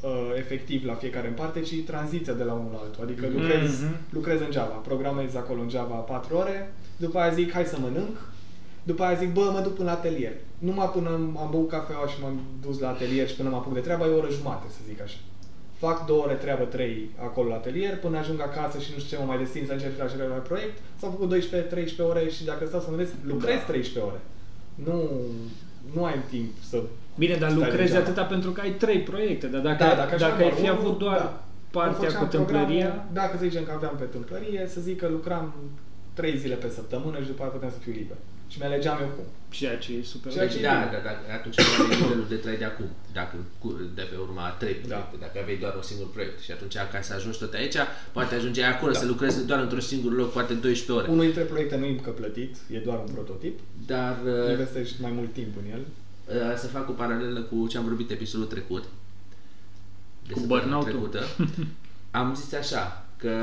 uh, efectiv la fiecare în parte, ci tranziția de la unul la altul. Adică lucrez, Mhm. lucrez în Java, programez acolo în Java 4 ore, după aia zic hai să mănânc, după aia zic, bă, mă duc până la atelier. Numai până am am băut cafeaua și m-am dus la atelier și până mă apuc de treabă, e o oră jumate, să zic așa. Fac două ore treabă, trei acolo la atelier, până ajung acasă și nu știu ce mă mai destin să încep la cel mai proiect, s-au făcut 12-13 ore și dacă stau să mă gândesc, lucrez 13 ore. Nu, nu ai timp să... Bine, dar Stai lucrezi degeaba. atâta pentru că ai trei proiecte, dar dacă, Da, dacă, dacă aș dacă avea ai fi unul, avut doar da. partea Îmi cu făceam programul, tâmplăria, Dacă să zicem că aveam pe tâmplărie, să zic că lucram trei zile pe săptămână și după aia puteam să fiu liber. Și mi-alegeam eu cum. ceea ce e super. Ceea Ceea ce- ce... Deci, da, da, da, atunci nu aveai nivelul de trai de acum, dacă cu- de pe urma a Da. trei proiecte, dacă aveai doar un singur proiect. Și atunci, ca să ajungi tot aici, poate ajungeai Da. acolo să lucrezi doar într-un singur loc, poate 12 ore. Unul dintre proiecte nu e încă plătit, e doar un prototip. Dar uh, Investești mai mult timp în el. Uh, să fac o paralelă cu ce am vorbit episodul trecut. De Cu săptămâna burnout-ul. (laughs) Am zis așa, că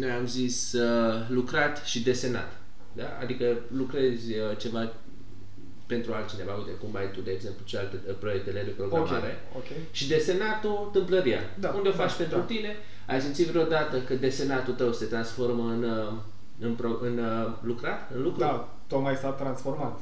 noi am zis uh, lucrat și desenat. Da? Adică lucrezi uh, ceva pentru altcineva, uite cum ai tu, de exemplu, ce alte uh, proiectele de Ok, programare. ok. Și desenatul, tâmplăria. Da, Unde o da, faci pentru da. tine? Ai simțit vreodată că desenatul tău se transformă în, uh, în, pro, în uh, lucrat? În lucru? Da, tocmai s-a transformat,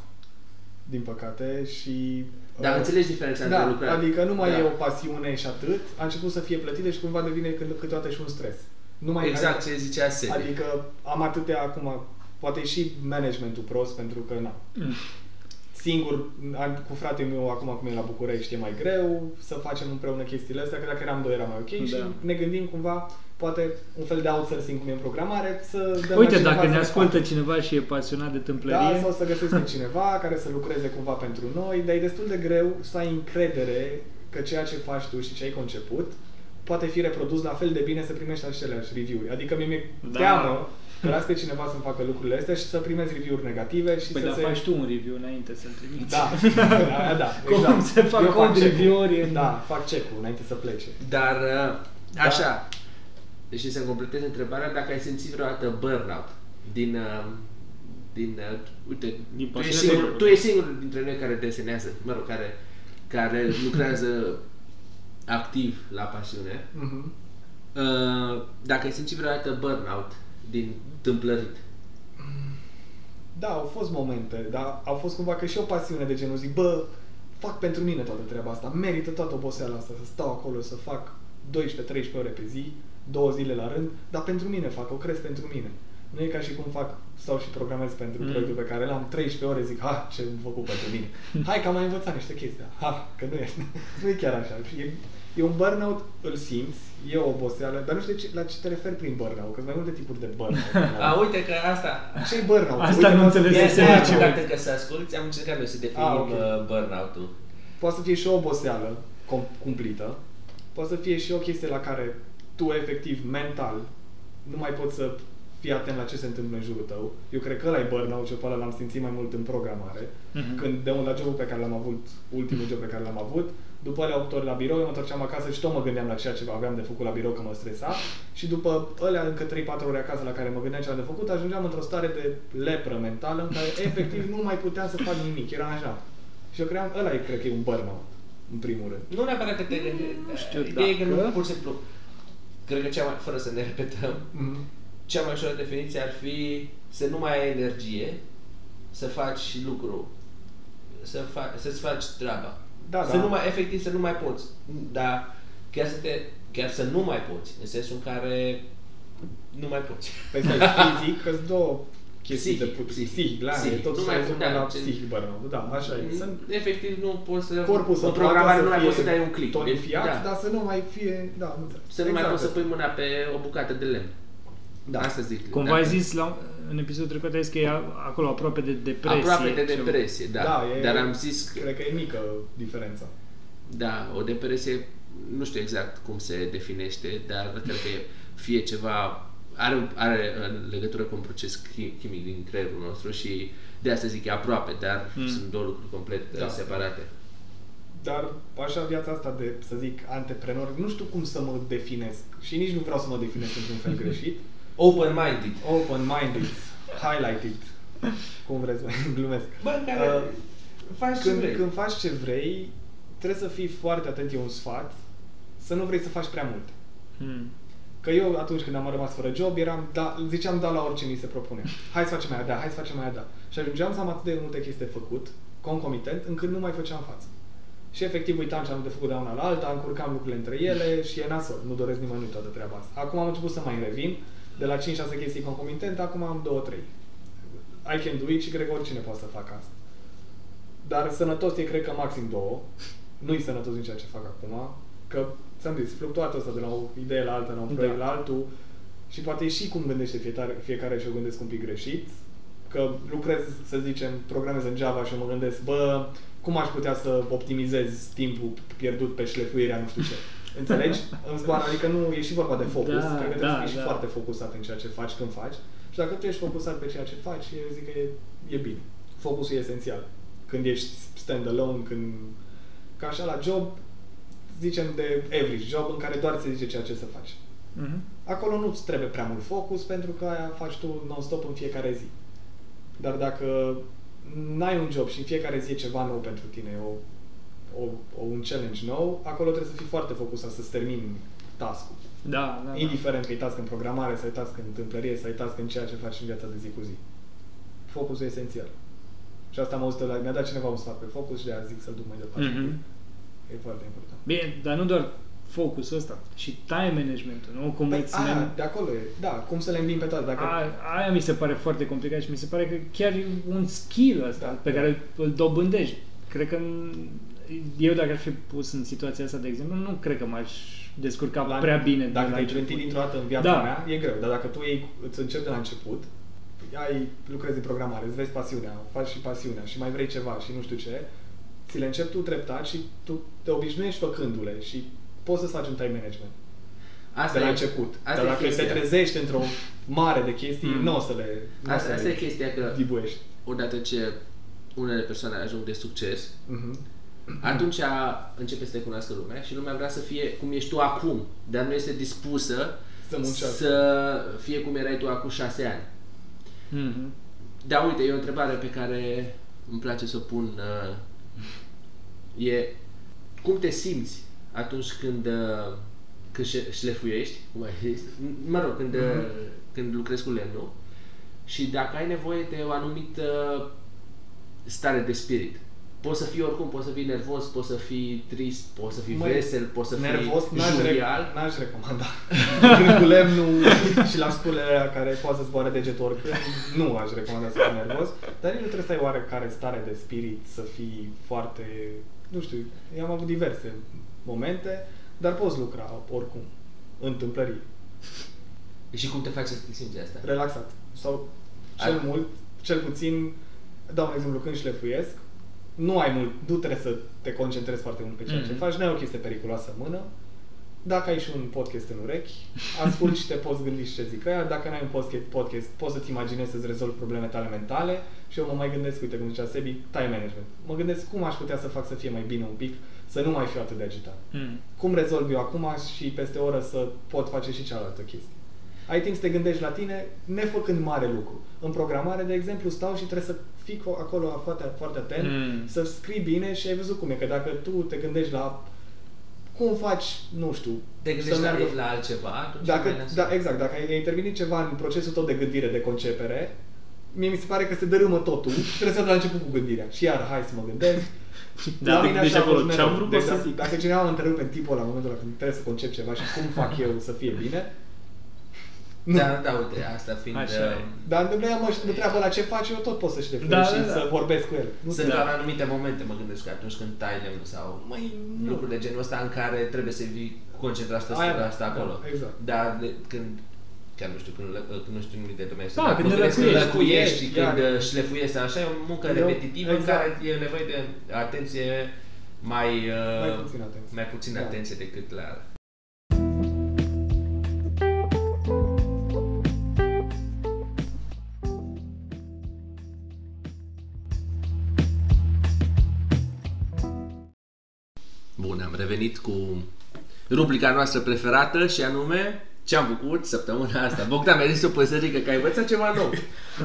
din păcate, și... Dar uh, înțelegi diferența da, între lucrat? adică nu mai Da. e o pasiune și atât, a început să fie plătită și cumva devine câ- câteodată și un stres. Nu mai Exact ce zicea Sedi. Adică am atâtea acum, poate și managementul prost, pentru că na. Mm. Singur, am- cu fratele meu acum cum e la București, e mai greu să facem împreună chestiile astea, că dacă eram doi era mai ok și Da. ne gândim cumva, poate un fel de outsourcing cum e în programare, să dăm la Uite, cineva dacă să ne ascultă facă. cineva și e pasionat de tâmplărie, Da, sau să găsesc pe cineva care să lucreze cumva pentru noi, dar e destul de greu să ai încredere că ceea ce faci tu și ce ai conceput poate fi reprodus la fel de bine să primești aceleași review-uri. Adică mie mi-e Da. da. teamă că las pe cineva să-mi facă lucrurile astea și să primezi review-uri negative și Păi să dar se... faci tu un review înainte să-l trimiți. (laughs) Da, da, da, Cum exact. se fac Eu cold check-ul. review-uri în- Da, fac check-ul înainte să plece. Dar, uh, așa, și să completez întrebarea, dacă ai simțit vreodată burnout din, uh, din uh, uite, Din tu, ești pasiunea singur, de- tu ești singurul dintre noi care desenează, mă rog, care, care lucrează activ la pasiune. Mhm. Uh, dacă ai simțit vreodată burnout din tâmplărit. Da, au fost momente, dar au fost cumva că și o pasiune de genul zic, bă, fac pentru mine toată treaba asta, merită toată oboseala asta, să stau acolo, să fac 12-13 ore pe zi, două zile la rând, dar pentru mine fac, o cresc pentru mine. Nu e ca și cum fac, stau și programez pentru mm. proiectul pe care l-am 13 ore, zic, ha, ce am făcut pentru mine. Hai că am mai învățat niște chestii. Ha, că nu e, (laughs) nu e chiar așa. E, e un burnout, îl simți, e o oboseală, dar nu știu de ce, la ce te referi prin burnout, că sunt mai multe tipuri de burnout. A, uite că asta... Ce-i burnout? Asta Uite, nu mă- înțeles. Ia Este să am aici, încercat uite. încă să asculti, am încercat noi să definim Ah, ok. uh, burnout-ul. Poate să fie și o oboseală com- cumplită, poate să fie și o chestie la care tu, efectiv, mental, nu mai poți să fii atent la ce se întâmplă în jurul tău. Eu cred că ăla e burnout, cel pe ăla l-am simțit mai mult în programare. Mhm. Când de unde la jobul pe care l-am avut, ultimul job pe care l-am avut, după alea 8 ori la birou, eu mă întorceam acasă și tot mă gândeam la ceea ce aveam de făcut la birou că mă stresa și după alea încă 3-4 ore acasă la care mă gândeam ce am de făcut, ajungeam într-o stare de lepră mentală în (laughs) care efectiv nu mai puteam să fac nimic, era așa. Și eu cream, ăla e, cred că e un burnout, în primul rând. Nu neapărat că te gândești. Nu știu Ideea e că dacă- nu, pur și simplu, cred că cea mai, fără să ne repetăm, Mhm. cea mai ușoară definiție ar fi să nu mai ai energie, să faci lucru, să fa- să-ți faci treaba. Da, să da. nu mai, efectiv, să nu mai poți. Dar chiar să, te, chiar să nu mai poți, în sensul în care nu mai poți. Păi (laughs) stai, fizic, că sunt două chestii Psihic, de put- psihic. psihic, la Psihic. e tot Nu se mai rezumă puteam, la ce- Mm. psihic burnout, da, așa e. Sunt Efectiv, nu poți să... corpul să în poată programare să nu mai fie poți să dai un click. tonifiat, Da. dar să nu mai fie, da, nu înțeleg. Să nu mai poți să pui mâna pe o bucată de lemn. Da. Asta zic. Cumva Dacă- ai zis la, în episodul trecut ai zis că e a- acolo aproape de depresie. Aproape de ceva. depresie, da. Da, e- Dar am zis că, Cred că e mică diferența. da, o depresie, nu știu exact cum se definește, dar cred că e fie ceva, are, are uh, legătură cu un proces chi- chimic din creierul nostru și de asta zic că e aproape, dar mm. sunt două lucruri complet Da. da. separate. Dar așa viața asta de, să zic, antreprenor, nu știu cum să mă definesc și nici nu vreau să mă definesc într-un fel (laughs) greșit. Open-minded. Open-minded, highlighted, cum vreți, (laughs) glumesc. Bă, care care uh, faci ce când, vrei. când faci ce vrei, trebuie să fii foarte atent, e un sfat, să nu vrei să faci prea mult. Hmm. Că eu atunci când am rămas fără job, eram da, ziceam da la orice mi se propune. Hai să facem mai da, hai să facem mai da. Și ajungeam să am atât de multe chestii de făcut, concomitent, încât nu mai făceam față. Și efectiv uitam ce am de făcut de una la alta, încurcam lucrurile între ele și e nasol, nu doresc nimănui toată treaba asta. Acum am început să mai revin, de la 5-6 chestii concomitente, acum am 2-3. I can do it și cred că oricine poate să facă asta. Dar sănătos e, cred că, maxim două. Nu-i sănătos nici ceea ce fac acum. Că, ți-am zis, fluctuatul ăsta de la o idee la alta, la un proiect Da. la altul. Și poate e și cum gândește fiecare, fiecare și eu gândesc un pic greșit. Că lucrez, să zicem, programez în Java și eu mă gândesc, bă, cum aș putea să optimizez timpul pierdut pe șlefuirea nu știu (laughs) ce. Înțelegi? Îmi zboară, adică nu e și vorba de focus. Da, cred că trebuie da, să fii și da. foarte focusat în ceea ce faci când faci. Și dacă tu ești focusat pe ceea ce faci, eu zic că e, e bine. Focusul e esențial. Când ești stand-alone, când... Ca așa la job, zicem de average job, în care doar se zice ceea ce să faci. Mhm. Acolo nu-ți trebuie prea mult focus, pentru că aia faci tu non-stop în fiecare zi. Dar dacă n-ai un job și în fiecare zi e ceva nou pentru tine, o, o, o, un challenge nou, acolo trebuie să fii foarte focusat să-ți termini task-ul. Da, da, da. Indiferent că e task în programare, sau e task în întâmplărie, sau e task în ceea ce faci în viața de zi cu zi. Focusul e esențial. Și asta am auzit de la... Mi-a dat cineva un sfat pe focus și de-aia zic să-l duc mai departe. Mhm. E foarte important. Bine, dar nu doar focusul ăsta, și time managementul, nu? Cum Păi, îți aia, men- de acolo e. Da, cum să le îmbin pe toate. Dacă... a, aia mi se pare foarte complicat și mi se pare că chiar e un skill ăsta Da, pe da. care îl dobândești. Cred că n- eu dacă aș fi pus în situația asta, de exemplu, nu cred că m-aș descurca la- prea bine. de Dacă la te-ai început. trântit dintr-o dată în viața Da. mea, e greu. Dar dacă tu iei, îți începi de la început, ai, lucrezi în programare, îți vezi pasiunea, faci și pasiunea și mai vrei ceva și nu știu ce, ți le începi tu treptat și tu te obișnuiești făcându-le și poți să-ți faci un time management. Asta de la e- început. Asta Dar e dacă chestia. te trezești într-o mare de chestii, Mm. nu o să le, nu o Asta, să asta le e chestia că dibuiești. odată ce unele persoane ajung de succes, Mhm. atunci începe să te cunoască lumea și lumea vrea să fie cum ești tu acum, dar nu este dispusă Să muncească. să fie cum erai tu acum șase ani. Mhm. Da, uite, e o întrebare pe care îmi place să o pun. uh, E cum te simți atunci când, uh, când șe- șlefuiești, cum ai zis, M- mă rog, când, uh, Mhm. când lucrezi cu lemnul și dacă ai nevoie de o anumită stare de spirit. Poți să fii oricum, poți să fii nervos, poți să fii trist, poți să fii Măi, vesel, poți să fii Nervos, n-aș, jovial. rec- n-aș recomanda. (laughs) Când cu lemnul și la sculele alea care poate să zboare degetul oricând, nu aș recomanda să fii nervos. Dar nici nu trebuie să ai oarecare stare de spirit, să fii foarte... Nu știu, eu am avut diverse momente, dar poți lucra oricum. Întâmplării. Și cum te face să te simți asta? relaxat. Sau cel Ai- mult, cel puțin, dau un exemplu, când șlefuiesc, nu ai mult, nu trebuie să te concentrezi foarte mult pe ceea mm-hmm. ce Mhm. faci, nu ai o chestie periculoasă în mână. Dacă ai și un podcast în urechi, ascult și te poți gândi și ce zic aia. Dacă n-ai un podcast, podcast poți să-ți imaginezi să-ți rezolvi probleme tale mentale și eu mă mai gândesc, uite cum zicea Sebi, time management. Mă gândesc cum aș putea să fac să fie mai bine un pic, să nu mai fiu atât de agitat Mm. cum rezolv eu acum și peste o oră să pot face și cealaltă chestie. Ai timp să te gândești la tine nefăcând mare lucru. În programare, de exemplu, stau și trebuie să fii co- acolo foarte, foarte atent, mm. Mm. să scrii bine și ai văzut cum e. Că dacă tu te gândești la cum faci, nu știu, Te să gândești la, meargă- la altceva? atunci dacă, mai lasă. da, exact, dacă ai intervenit ceva în procesul tău de gândire, de concepere, mie mi se pare că se dărâmă totul, trebuie să de la început cu gândirea. Și iar, hai să mă gândesc. (laughs) Da, La te mine gândești așa a acolo, fost ce-am mereu. vrut Deci să dacă- zic. Dacă cineva mă întrerupe în tipul ăla, în momentul ăla când trebuie să concep ceva și cum fac eu să fie bine, nu. Da, da, uite, asta fiind... Așa uh, e. Dar întâmplă ea mă mă întreabă la ce faci, eu tot pot să știu Da, da, și da, da. să vorbesc cu el. Nu Sunt da. doar anumite momente, mă gândesc, că atunci când tai lemnul sau Măi, nu. lucruri de genul ăsta în care trebuie să vii concentrat asta, Aia, asta, asta da, acolo. exact. Dar de, când chiar nu știu, când, lă- când nu știu nimic de domeniu. Da, dar când mă ne gândesc, când răcuiești, răcuiești, ești, când iar. uh, șlefuiești, așa, e o muncă Eu- repetitivă în da. exact. care e nevoie de atenție mai, uh, Mai puțin atenție. mai puțin Da. atenție decât la Bun, am revenit cu rubrica noastră preferată și anume ce am făcut săptămâna asta. Bogdan, mi-a zis o păsărică că ai învățat ceva nou.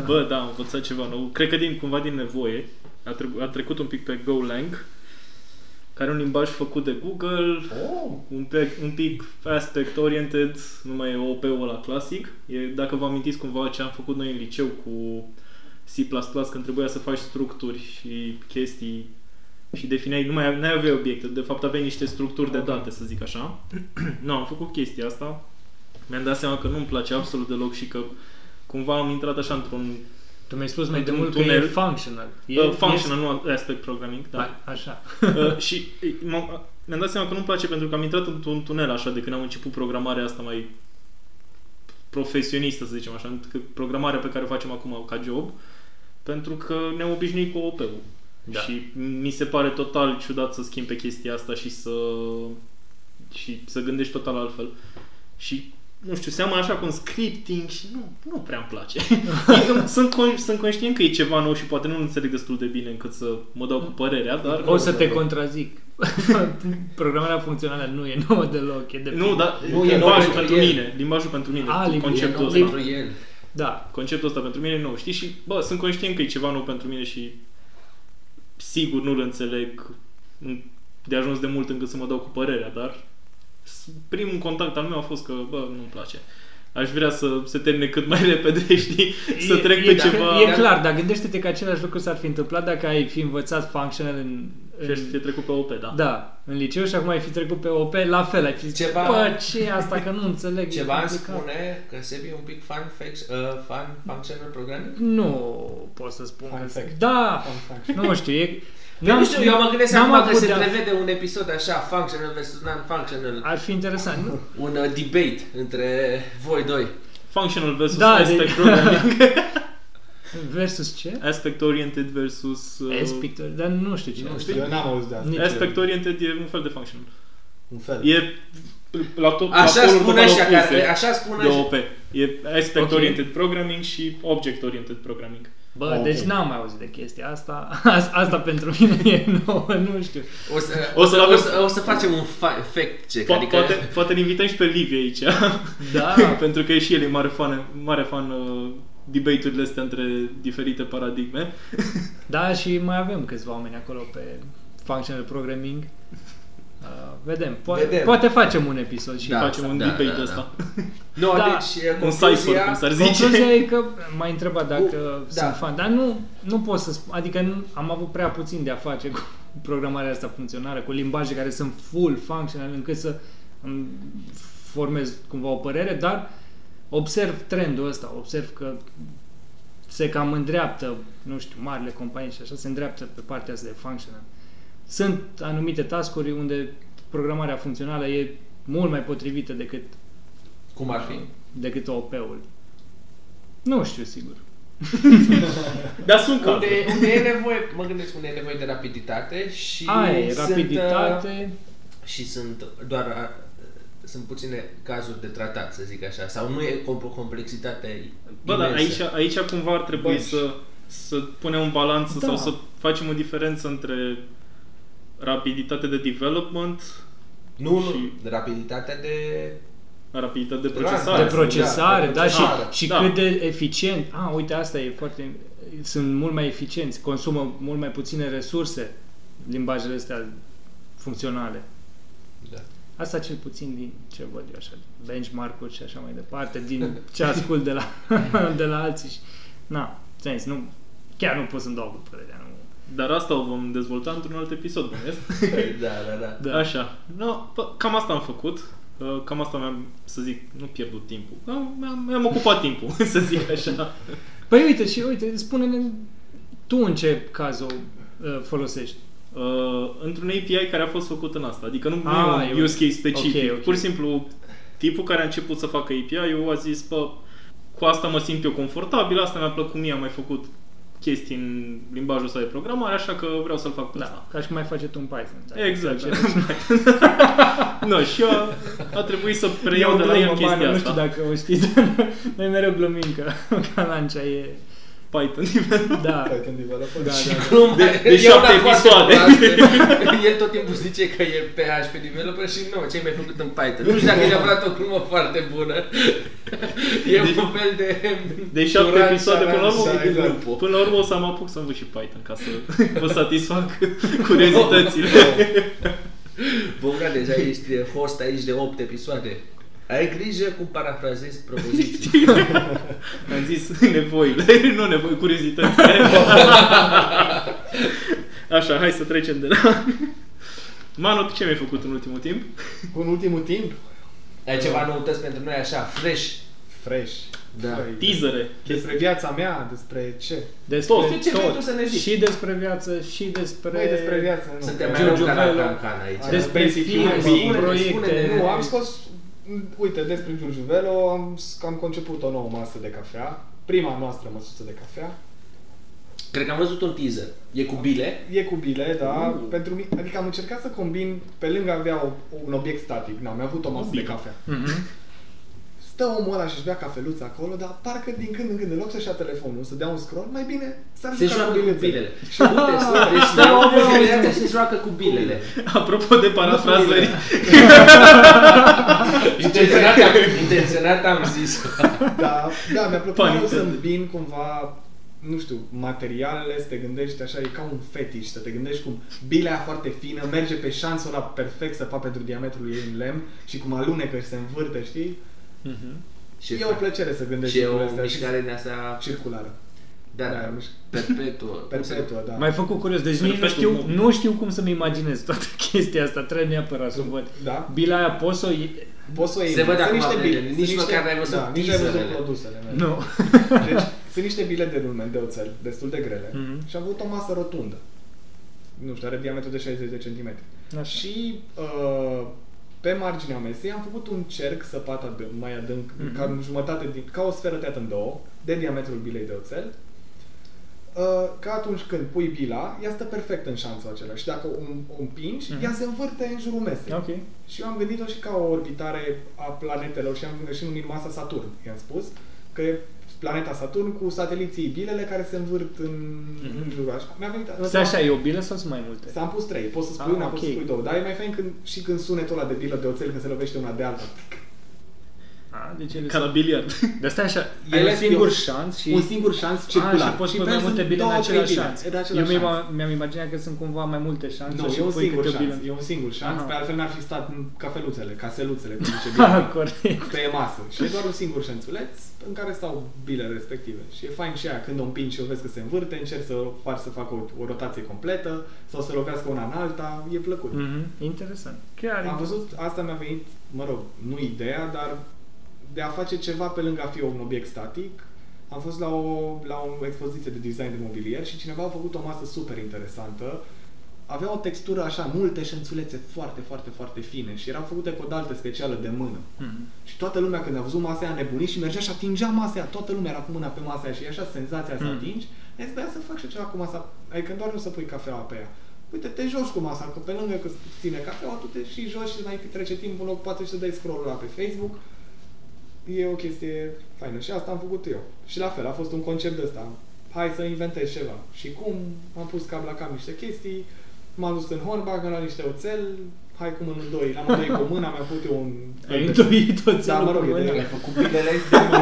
Bă, da, am învățat ceva nou. Cred că din, cumva din nevoie. A, treb- a trecut un pic pe GoLang, care e un limbaj făcut de Google, Oh. un pic, un pic aspect oriented, nu mai e OP-ul la clasic. E, dacă vă amintiți cumva ce am făcut noi în liceu cu C++ când trebuia să faci structuri și chestii și defineai, nu mai n-ai aveai obiecte, de fapt aveai niște structuri de date, să zic așa. (clears throat) nu, am făcut chestia asta. Mi-am dat seama că nu-mi place absolut deloc și că cumva am intrat așa într-un Tu mi-ai spus mai de Într-un mult că e tunel. functional. E, uh, functional, nu aspect programming, da. Da. Așa. (laughs) Uh, și e, m-am- mi-am dat seama că nu-mi place pentru că am intrat într-un tunel așa de când am început programarea asta mai profesionistă, să zicem așa, că programarea pe care o facem acum ca job, pentru că ne-am obișnuit cu OP-ul. Da. Da. Și mi se pare total ciudat să schimb pe chestia asta și să și să gândești total altfel. Și nu știu, seama așa cu un scripting și nu, nu prea îmi place. (laughs) Adică sunt, con- sunt conștient că e ceva nou și poate nu înțeleg destul de bine încât să mă dau cu părerea, dar... O să te contrazic. (laughs) Programarea funcțională nu e nouă deloc. E de Nu, da. dar Nu, nu, e e nou limbajul pentru pentru el. mine. Limbajul pentru mine. A, lim- Ah, e conceptul ăsta. nou. Pentru el. Da. Conceptul ăsta pentru mine e nou, știi? Și, bă, sunt conștient că e ceva nou pentru mine și sigur nu-l înțeleg în- de ajuns de mult încât să mă dau cu părerea, dar s- primul contact al meu a fost că, bă, nu-mi place. Aș vrea să se termine cât mai (laughs) repede, știi? Să E- trec e, da. pe ceva... E clar, dar gândește-te că același lucru s-ar fi întâmplat dacă ai fi învățat functional în... Și aș fi în trecut pe OP, da. da, în liceu și acum ai fi trecut pe OP, la fel, ai fi zis, Ceva- ceva... bă, ce e asta, că nu înțeleg, e Ceva îmi complicat." spune că Sebi e un pic fan, fax, uh, fan functional programming? Nu pot să spun. Fun că- fact. Da, Fun fact. nu știu, e... Păi nu știu, eu mă gândesc n-am acum că avut se de-a- prevede un episod așa, functional versus non-functional, Ar fi interesant. Nu, un uh, debate între voi doi. Functional versus Da, de- (laughs) aspect programming. Versus ce? aspect oriented versus... uh, Aspect, dar nu știu ce. Nu Nu știu, eu n-am auzit de asta. Nici Aspect oriented e un fel de functional. Un fel. E la tot, Așa la polul spune așa, total opuse care, așa spune de așa. OP. E Ok. aspect oriented programming și object oriented programming. Bă, Ah, ok. deci n-am mai auzit de chestia asta. As- Asta pentru mine e nouă, (laughs) nu știu. O să, O o, să, să-l o, avem- să, o să facem un fa- fact check, Po- adică Ah. poate, poate îl invităm și pe Liviu aici, Da, (laughs) pentru că e și el e mare fan, mare fan uh, debate-urile astea între diferite paradigme. da, și mai avem câțiva oameni acolo pe functional programming. Uh, vedem. Po- Vedem. vedem. Poate facem un episod și Da. da. Facem un da, debate da, da. ăsta. Nu, Da. deci e Un cipher, cum concluzia... s-ar zice. Concluzia e că m-ai întrebat dacă Uh, da. da. sunt fan, dar nu, nu pot să spun, adică nu, am avut prea puțin de a face cu (laughs) programarea asta funcțională, cu limbaje care sunt full functional încât să îmi formez cumva o părere, dar observ trendul ăsta, observ că se cam îndreaptă, nu știu, marile companii și așa, se îndreaptă pe partea asta de functional. Sunt anumite tascuri unde programarea funcțională e mult mai potrivită decât Cum ar fi? decât OP-ul. Nu știu sigur. Dar Unde, sunt cadre. unde e nevoie, mă gândesc unde e nevoie de rapiditate și Aia e, sunt, uh, rapiditate. și sunt doar uh, sunt puține cazuri de tratat, să zic așa, sau nu e o complexitate Bă, dar da, aici, imensă. aici cumva ar trebui Băi. să, să punem în balanță Da. sau să facem o diferență între rapiditate de development, nu, nu, și- rapiditatea de rapiditate de Da, procesare. De da, procesare, da, de și, procesare, și da. cât de eficient. A, uite, asta e foarte... Sunt mult mai eficienți, consumă mult mai puține resurse limbajele astea funcționale. da. Asta cel puțin din ce văd eu așa, benchmark-uri și așa mai departe, din (laughs) ce ascult de la, (laughs) de la alții. Și, na, sens, nu, chiar nu pot să-mi dau cu părerea. Nu. Dar asta o vom dezvolta într-un alt episod, bănuiesc. (laughs) (laughs) da, da, da. Da. Așa. No, bă, cam asta am făcut. Uh, Cam asta mi-am, să zic, nu pierdut timpul. Am- Mi-am, mi-am ocupat timpul, (laughs) să zic (laughs) așa. Păi uite, și uite, spune-ne tu în ce caz o uh, folosești. Uh, într-un API care a fost făcut în asta. Adică nu, nu Ah, e e un use case specific. ok, ok. Pur și simplu, tipul care a început să facă API-ul a zis, bă, cu asta mă simt eu confortabil, asta mi-a plăcut mie, am mai făcut chestii în limbajul ăsta de programare, așa că vreau să-l fac pe ăsta. Da, ca și cum ai face tu un Python. Da. Exact. Același- nu, și eu a trebuit să (laughs) preiau Eu de la el glumă, Manu, chestia Nu știu asta. dacă o știți, (laughs) noi mereu glumim că (laughs) Calancea e... Python development. Da, (laughs) da, Python developer. da. Gluma, Deci, De- de e șapte una foarte episoade. (laughs) proastă. El tot timpul zice că e PHP developer și nu, ce ai mai făcut în Python. Nu știu dacă e neapărat o glumă foarte bună. (laughs) E Deci- un fel de... (laughs) De șapte Duran, episoade până la Saran, urmă. Saran, Exact. Lupo. Până la urmă o să am apuc să învăț și Python ca să vă satisfac (laughs) curiozitățile. Bunga, deja ești host aici de 8 episoade. Ai grijă cum parafrazezi (laughs) propoziții. Am zis nevoile, (laughs) nu nevoi, (laughs) curiozitățile. Așa, hai să trecem de la... Manu, tu ce mi-ai făcut în ultimul timp? În ultimul timp, Ai ceva noutăți pentru noi așa, fresh. fresh. Da. Păi, Teasere. Despre viața mea, despre ce? Tot. Despre Ce vrei tu tot. să ne zici? Păi, Și despre viață, și despre... Băi, Păi, despre viață, nu. Suntem că- mai rău Giurgiu ca la Velo. cancan aici. Despre Despre filme, filme, proiecte. spune-ne. Nu, am scos... Uite, despre Giurgiu Velo, am, am conceput o nouă masă de cafea. Prima noastră măsuță de cafea. Cred că am văzut un teaser. E cu bile. E cu bile, da. Uh. Pentru mine, adică am încercat să combin, pe lângă avea o, un obiect static, n-am mai avut o masă de Bine. cafea. Mhm. Stă omul ăla și-și bea cafeluța acolo, dar parcă din când în când, în loc să-și ia telefonul, să dea un scroll, mai bine s-ar Se juca joacă cu bilele. Și (laughs) uite, (laughs) stă- Deci stă omul (laughs) în viață și se joacă cu bilele. Apropo de parafrazări, Intenționat am, intenționat am zis. Da, da, mi-a plăcut Panică. mai mult să îmbin cumva, nu știu, materialele, să te gândești așa, e ca un fetiș, să te gândești cum bilea aia foarte fină merge pe șansul ăla perfect să fac pentru diametrul ei în lemn și cum alunecă și se învârte, știi? Și e o plăcere să gândești Și e lucrurile o astea și mișcare din asta circulară. da, Da, e o da, mișc- (laughs) perpetuă. Cum se- Perpetuă, da. M-ai făcut curios, deci nici nu Perfectul știu, mobil. nu știu cum să-mi imaginez toată (laughs) chestia asta, trebuie neapărat să o văd. Da? Bila aia poți să o... iei- Poți să o iei. Se văd Sunt acum niște bilele, bile- nici sunt niște- măcar n-ai văzut Da, nici n-ai văzut teaserele. produsele. mele. (laughs) Nu. Deci sunt niște bile de lume, de oțel, destul de grele Mhm. și am avut o masă rotundă. Nu știu, are diametru de 60 de centimetri. Așa. Și uh, pe marginea mesei am făcut un cerc săpat adânc, mai adânc, Mhm. mm-hmm. ca jumătate din, ca o sferă tăiată în două, de diametrul bilei de oțel. Uh, ca atunci când pui bila, ea stă perfect în șanțul acela și dacă o, o împingi, Mhm. ea se învârte în jurul mesei. Ok. Și eu am gândit-o și ca o orbitare a planetelor și am gândit și numit masa Saturn, i-am spus, că e planeta Saturn cu sateliții bilele care se învârt în, Mhm. mm-hmm. în jurul așa. Mi-a venit Se așa, e o bilă sau sunt mai multe? S-am pus trei, poți să spui Ah, una, poți să ok. spui două, dar e mai fain când, și când sunetul ăla de bilă de oțel când se lovește una de alta. A, deci ele Ca la biliard. De asta e așa, Ai el e ales singur eu- șans și... Un singur șans A, circular. și poți Și pune mai pentru multe bile în două, trei același bile. șans. E de același Eu mi-am- șans. mi-am imaginat că sunt cumva mai multe șanse Nu, și e un pui singur câte șans, bile. (laughs) e un singur șans, Aha. pe altfel n-ar fi stat în cafeluțele, caseluțele, cum (laughs) zice Ha, bine, Ah, Corect. pe masă. Și e doar un singur șanțuleț în care stau bilele respective. Și e fain și aia, când o împingi și o vezi că se învârte, încerci să faci să facă o, o rotație completă sau să lovească una în alta, e plăcut. Mhm, Interesant. Chiar Am interesant. văzut, asta mi-a venit, mă rog, nu ideea, dar de a face ceva pe lângă a fi un obiect static. Am fost la o, la o expoziție de design de mobilier și cineva a făcut o masă super interesantă. Avea o textură așa, multe șențulețe foarte, foarte, foarte fine și erau făcute cu o daltă specială de mână. Mhm. Și toată lumea când a văzut masa aia a nebunit și mergea și atingea masa aia, toată lumea era cu mâna pe masa aia și e așa senzația să Mm. atingi, ai zis, "Bă, ia să fac și eu ceva cu masa, adică doar nu să pui cafeaua pe ea. Uite, te joci cu masa, că pe lângă că îți ține cafeaua, tu te și joci și mai trece timpul, loc, poate și să dai scroll la pe Facebook. E o chestie faină și asta am făcut eu. Și la fel, a fost un concept de ăsta. Hai să inventez ceva. Și cum? Am pus cap la cap niște chestii, m-am dus în Hornbach, am luat niște oțel, hai cu mândoi, l-am îndoit cu mâna, mi-a făcut eu un... Ai intuit toți Da, mă rog, (laughs) e de Ai (laughs) făcut bilele?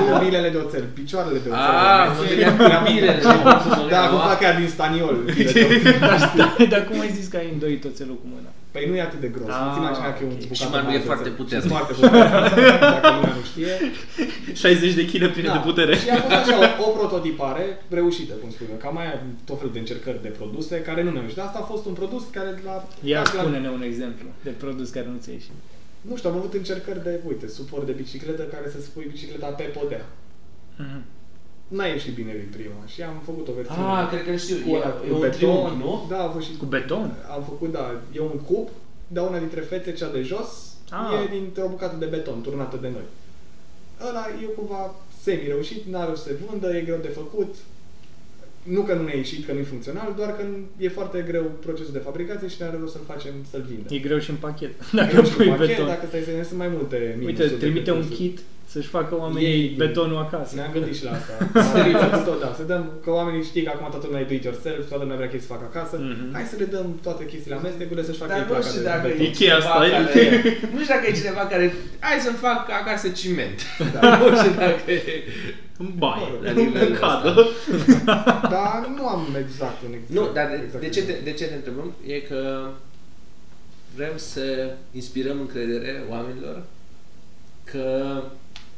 nu milele de oțel, picioarele de oțel. Ah, mă gândeam că era bilele. Da, cum fac ea din staniol. bilele de oțel. Dar cum ai zis că ai îndoit oțelul cu mâna? Păi nu e atât de gros. Ah, Ți imagina că e un ok. bucată Și mai nu e mare de foarte oțel. puternic. Și Foarte puternic. Dacă lumea nu știe. Da. 60 de kg pline de putere. Și a fost așa o, o prototipare reușită, cum spun eu. Cam mai am tot felul de încercări de produse care nu mi-au ieșit. Dar asta a fost un produs care la... Ia la- spune-ne un exemplu de produs care nu ți-a ieșit. Nu știu, am avut încercări de, uite, suport de bicicletă care să spui bicicleta pe podea. Mhm. N-a ieșit bine din prima și am făcut o versiune. Ah, cred că știu. cu, ăla, E, e cu un beton, triunghi, nu? Da, a fost și Cu beton? Am făcut, da, e un cub, dar una dintre fețe, cea de jos, Ah. ah. e dintr-o bucată de beton turnată de noi. Ăla e cumva semi-reușit, n-a reușit să se vândă, e greu de făcut. Nu că nu ne-a ieșit, că nu e funcțional, doar că e foarte greu procesul de fabricație și ne-a reușit să-l facem, să-l vindem. E greu și în pachet, E dacă greu și Exact, pui un pachet, beton. Dacă stai să ne sunt mai multe minusuri Uite, decât trimite un plusuri. kit să-și facă oamenii Ei, betonul acasă. Ne-am gândit și (laughs) la asta. Să dăm tot, da, să dăm, că oamenii știi că acum toată lumea e do it yourself, toată lumea vrea chestii să facă acasă. Mhm. Hai să le dăm toate chestiile amestecule să-și facă Dar ei nu Da, placa știu de dacă beton. e Ikea cineva asta e. care... Nu știu dacă e cineva care... Hai să-mi fac acasă ciment. Dar (laughs) nu știu dacă e... În baie. La nivelul În cadă. ăsta. Dar nu am exact un exemplu. Nu, dar de, de, ce te, de ce te întrebăm? E că vrem să inspirăm încredere oamenilor că,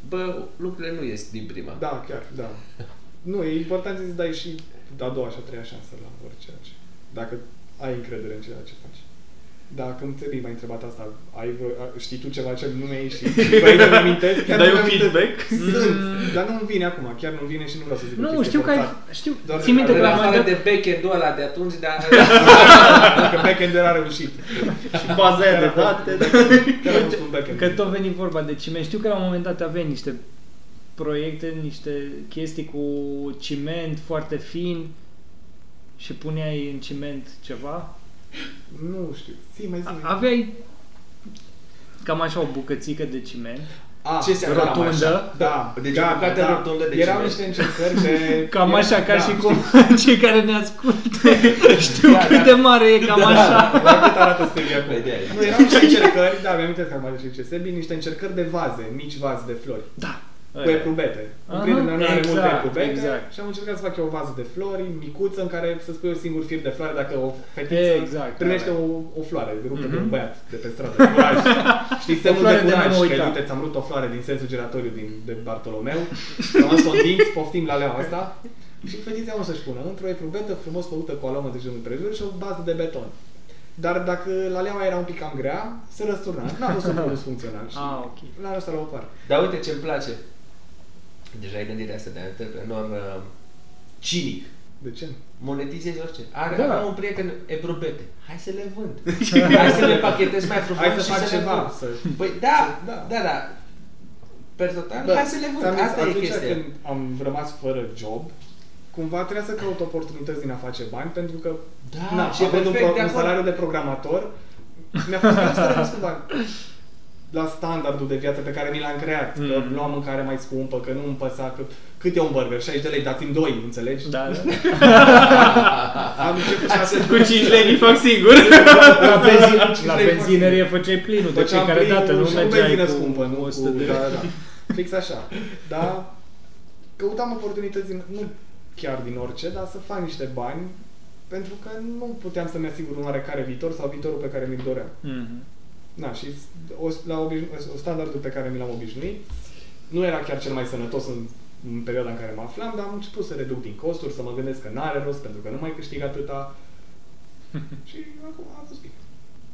bă, lucrurile nu ies din prima. Da, chiar, da. Nu, e important să-ți dai și a doua și a treia șansă la orice altceva. Dacă ai încredere în ceea ce faci. Dar când te m-ai întrebat asta, ai, vreo- a- știi tu ceva ce nu mi-ai ieșit? Vrei să-mi amintesc? Chiar Dai păi nu-mi un amintesc. feedback? Sunt, dar nu-mi vine acum, chiar nu-mi vine și nu vreau să zic o Mm. Nu, chestie știu că ai... forțată. (laughs) Știu, Doar ții minte de- că În la un afară moment dat... de backend-ul ăla de atunci, (laughs) dar... Că backend era reușit. Și baza aia de date. Chiar am fost un backend. Că tot veni vorba de ciment. Știu că la un moment dat aveai niște proiecte, niște chestii cu ciment foarte fin și puneai în ciment ceva. Nu știu. Zi, mai A- zi. Aveai cam așa o bucățică de ciment, Ah, Ce înseamnă cam așa? rotundă, Da, Deci gata, o bucată da. rotundă de Erau ciment. niște încercări de... cam era- așa, ca da, și cum (laughs) cei care ne ascultă știu Da, cât da. de mare e, cam așa. La cât arată stâlpii acum. Păi de aia. Nu, erau niște încercări, da, mi-am inteles că am mai și Sebi, niște încercări de vaze, mici vaze de flori, Da. cu ecrubete. Un Aha, prieten meu are multe exact, ecrubete exact. și am încercat să fac eu o vază de flori, micuță, în care să spui un singur fir de floare dacă o fetiță Exact, primește da, o, o floare ruptă de Mhm. un băiat de pe stradă. (laughs) Curaj. Știi, semnul floare de de nu curaj, mă că uita. uite, ți-am rupt o floare din sensul giratoriu din, de Bartolomeu, am ales o dinți, poftim la leaua asta. Și fetița o să-și pună într-o ecrubetă frumos făcută cu alomă de jur împrejur și o bază de beton. Dar dacă la leaua era un pic cam grea, se răsturna. N-a fost un produs funcțional și Ah, ok. l-a lăsat la o parte. Dar uite ce-mi place. Deja ai gândirea asta de antreprenor uh, cinic. De ce? Monetizezi orice. Are Da. da. un prieten ebrubete. Hai să le (laughs) vând. Hai să le pachetez mai frumos Hai să și fac le ceva. vând. Să... Păi da, Da. da, da. da. Per total, Bă, Da. hai să le vând. Da. ți-am zis, Asta e atunci chestia. când (laughs) am rămas fără job, cumva trebuia să caut oportunități din a face bani, pentru că Da, na, și e având un, perfect pro- de un acolo. salariu de programator, mi-a fost greu să renunț cumva la standardul de viață pe care mi l-am creat, mm. că Mm. luam mâncare mai scumpă, că nu îmi păsa, că cât e un burger, 60 de lei, dați-mi doi, înțelegi? Da, da. Am început și asta. Cu 5 lei îi fac singur. (laughs) La, Cinci benzin, la lei benzinărie făceai plinul de Făceam fiecare plinul dată, nu și cu mergeai benzină cu scumpă, nu 100 cu... de Da, lei. da. Fix așa. Dar căutam oportunități, din, nu chiar din orice, dar să fac niște bani pentru că nu puteam să-mi asigur un oarecare viitor sau viitorul pe care mi-l doream. Mhm. Na, și o, la obișnu, o standardul pe care mi l-am obișnuit nu era chiar cel mai sănătos în, în perioada în care mă aflam, dar am început să reduc din costuri, să mă gândesc că n-are rost pentru că nu mai câștig atâta. și acum a fost bine.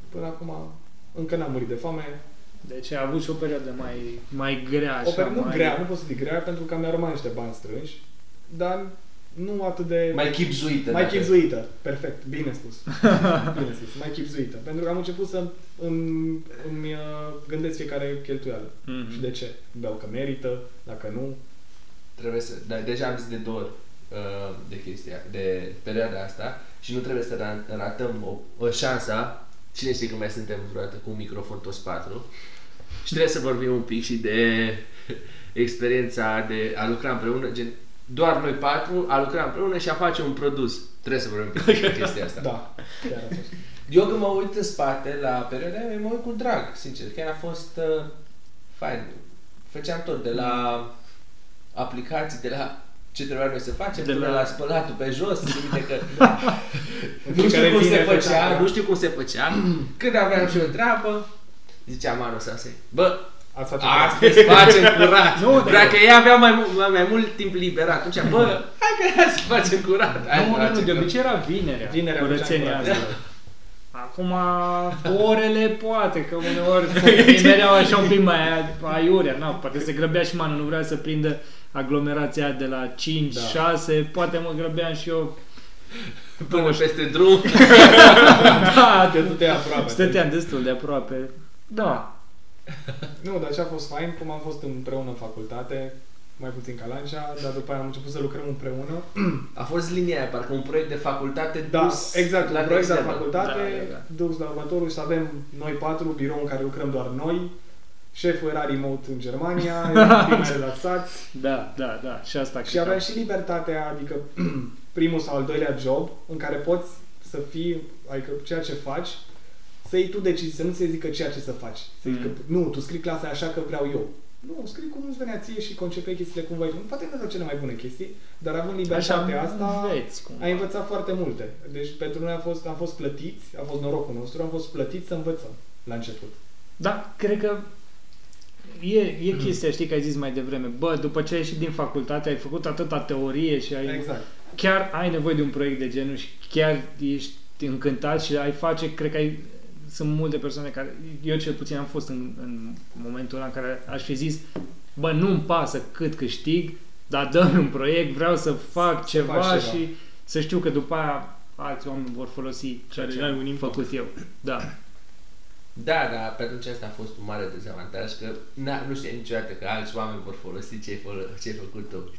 Până acum încă n-am murit de foame. Deci a avut și o perioadă mai, mai grea Așa, o așa. perioadă nu mai... grea, nu pot să zic grea, pentru că mi-au rămas niște bani strânși, dar nu atât de... Mai chipzuită. Mai dacă- chipzuită. Perfect. Bine spus. (laughs) Bine spus. Mai chipzuită. Pentru că am început să îmi, îmi uh, gândesc fiecare cheltuială. Mhm. Și de ce? Beau că merită, dacă nu. Trebuie să... Dar deja am zis de două ori uh, de chestia, de perioada asta și nu trebuie să ra- ratăm o, o șansa. Cine știe că mai suntem vreodată cu un microfon toți patru. Și trebuie să vorbim un pic și de (laughs) experiența de a lucra împreună, gen doar noi patru, a lucra împreună și a face un produs. Trebuie să vorbim un pic despre chestia asta. Da. Chiar a fost. Eu când mă uit în spate la perioada aia, mă uit cu drag, sincer. Chiar a fost uh, fain. Făceam tot, de la aplicații, de la ce trebuia noi să facem, de De până la, la- la spălatul pe jos, (laughs) țin minte că Da. În nu știu fiecare cum se vineri făcea, făceam- nu știu cum se făcea. (clears throat) Când aveam și o treabă, ziceam anul să se, bă, Ați face astăzi facem curat. (laughs) Nu, dar- Dacă ea avea mai, mult- mai, mai mult timp liber, atunci, bă, hai că hai să facem curat. Hai să Nu, nu, nu, facem de curat. obicei era vinerea. Vinerea curățenia făceam asta. curat. Acum, orele poate, că (laughs) uneori vinerea așa un pic mai aiurea, na, poate se grăbea și manul, nu vrea să prindă aglomerația aia de la 5, Da. 6, poate mă grăbeam și (laughs) eu. Până peste (laughs) drum. Da, Că nu (laughs) te aproape. stăteam destul de aproape. Da, Nu, dar ce a fost fain, cum am fost împreună în facultate, mai puțin ca Lancea, dar după aia am început să lucrăm împreună. A fost linia aia, parcă un proiect de facultate Da, dus exact, la proiect de la externă. facultate, Da, da, dus la următorul și să avem noi patru, birou în care lucrăm doar noi, șeful era remote în (laughs) Germania, era un pic mai relaxați da, da, da, și asta și cred că- aveam și libertatea, adică (clears throat) primul sau al doilea job în care poți să fii, adică ceea ce faci, să iei tu decizii, să nu se zică ceea ce să faci. Să zică, Mm. nu, tu scrii clasa aia așa că vreau eu. Nu, scrii cum îți venea ție și concepe chestiile cum vrei. Poate nu sunt cele mai bune chestii, dar având libertatea mm, asta, înveți cumva. ai învățat foarte multe. Deci pentru noi a fost, am fost plătiți, a fost norocul nostru, am fost plătiți să învățăm la început. Da, cred că e, e chestia, știi că ai zis mai devreme, bă, după ce ai ieșit din facultate, ai făcut atâta teorie și ai... Exact. Chiar ai nevoie de un proiect de genul și chiar ești încântat și ai face, cred că ai... Sunt multe persoane care, eu cel puțin am fost în, în momentul ăla în care aș fi zis, bă, nu-mi pasă cât câștig, dar dă un proiect, vreau să fac ceva, faci ceva. și să știu că după aia alți oameni vor folosi ceea Care ce ai am un impact. făcut eu. Da. Da, da, pe atunci asta a fost un mare dezavantaj, că na, nu știai niciodată că alți oameni vor folosi ce ai, fol- ce ai făcut tu.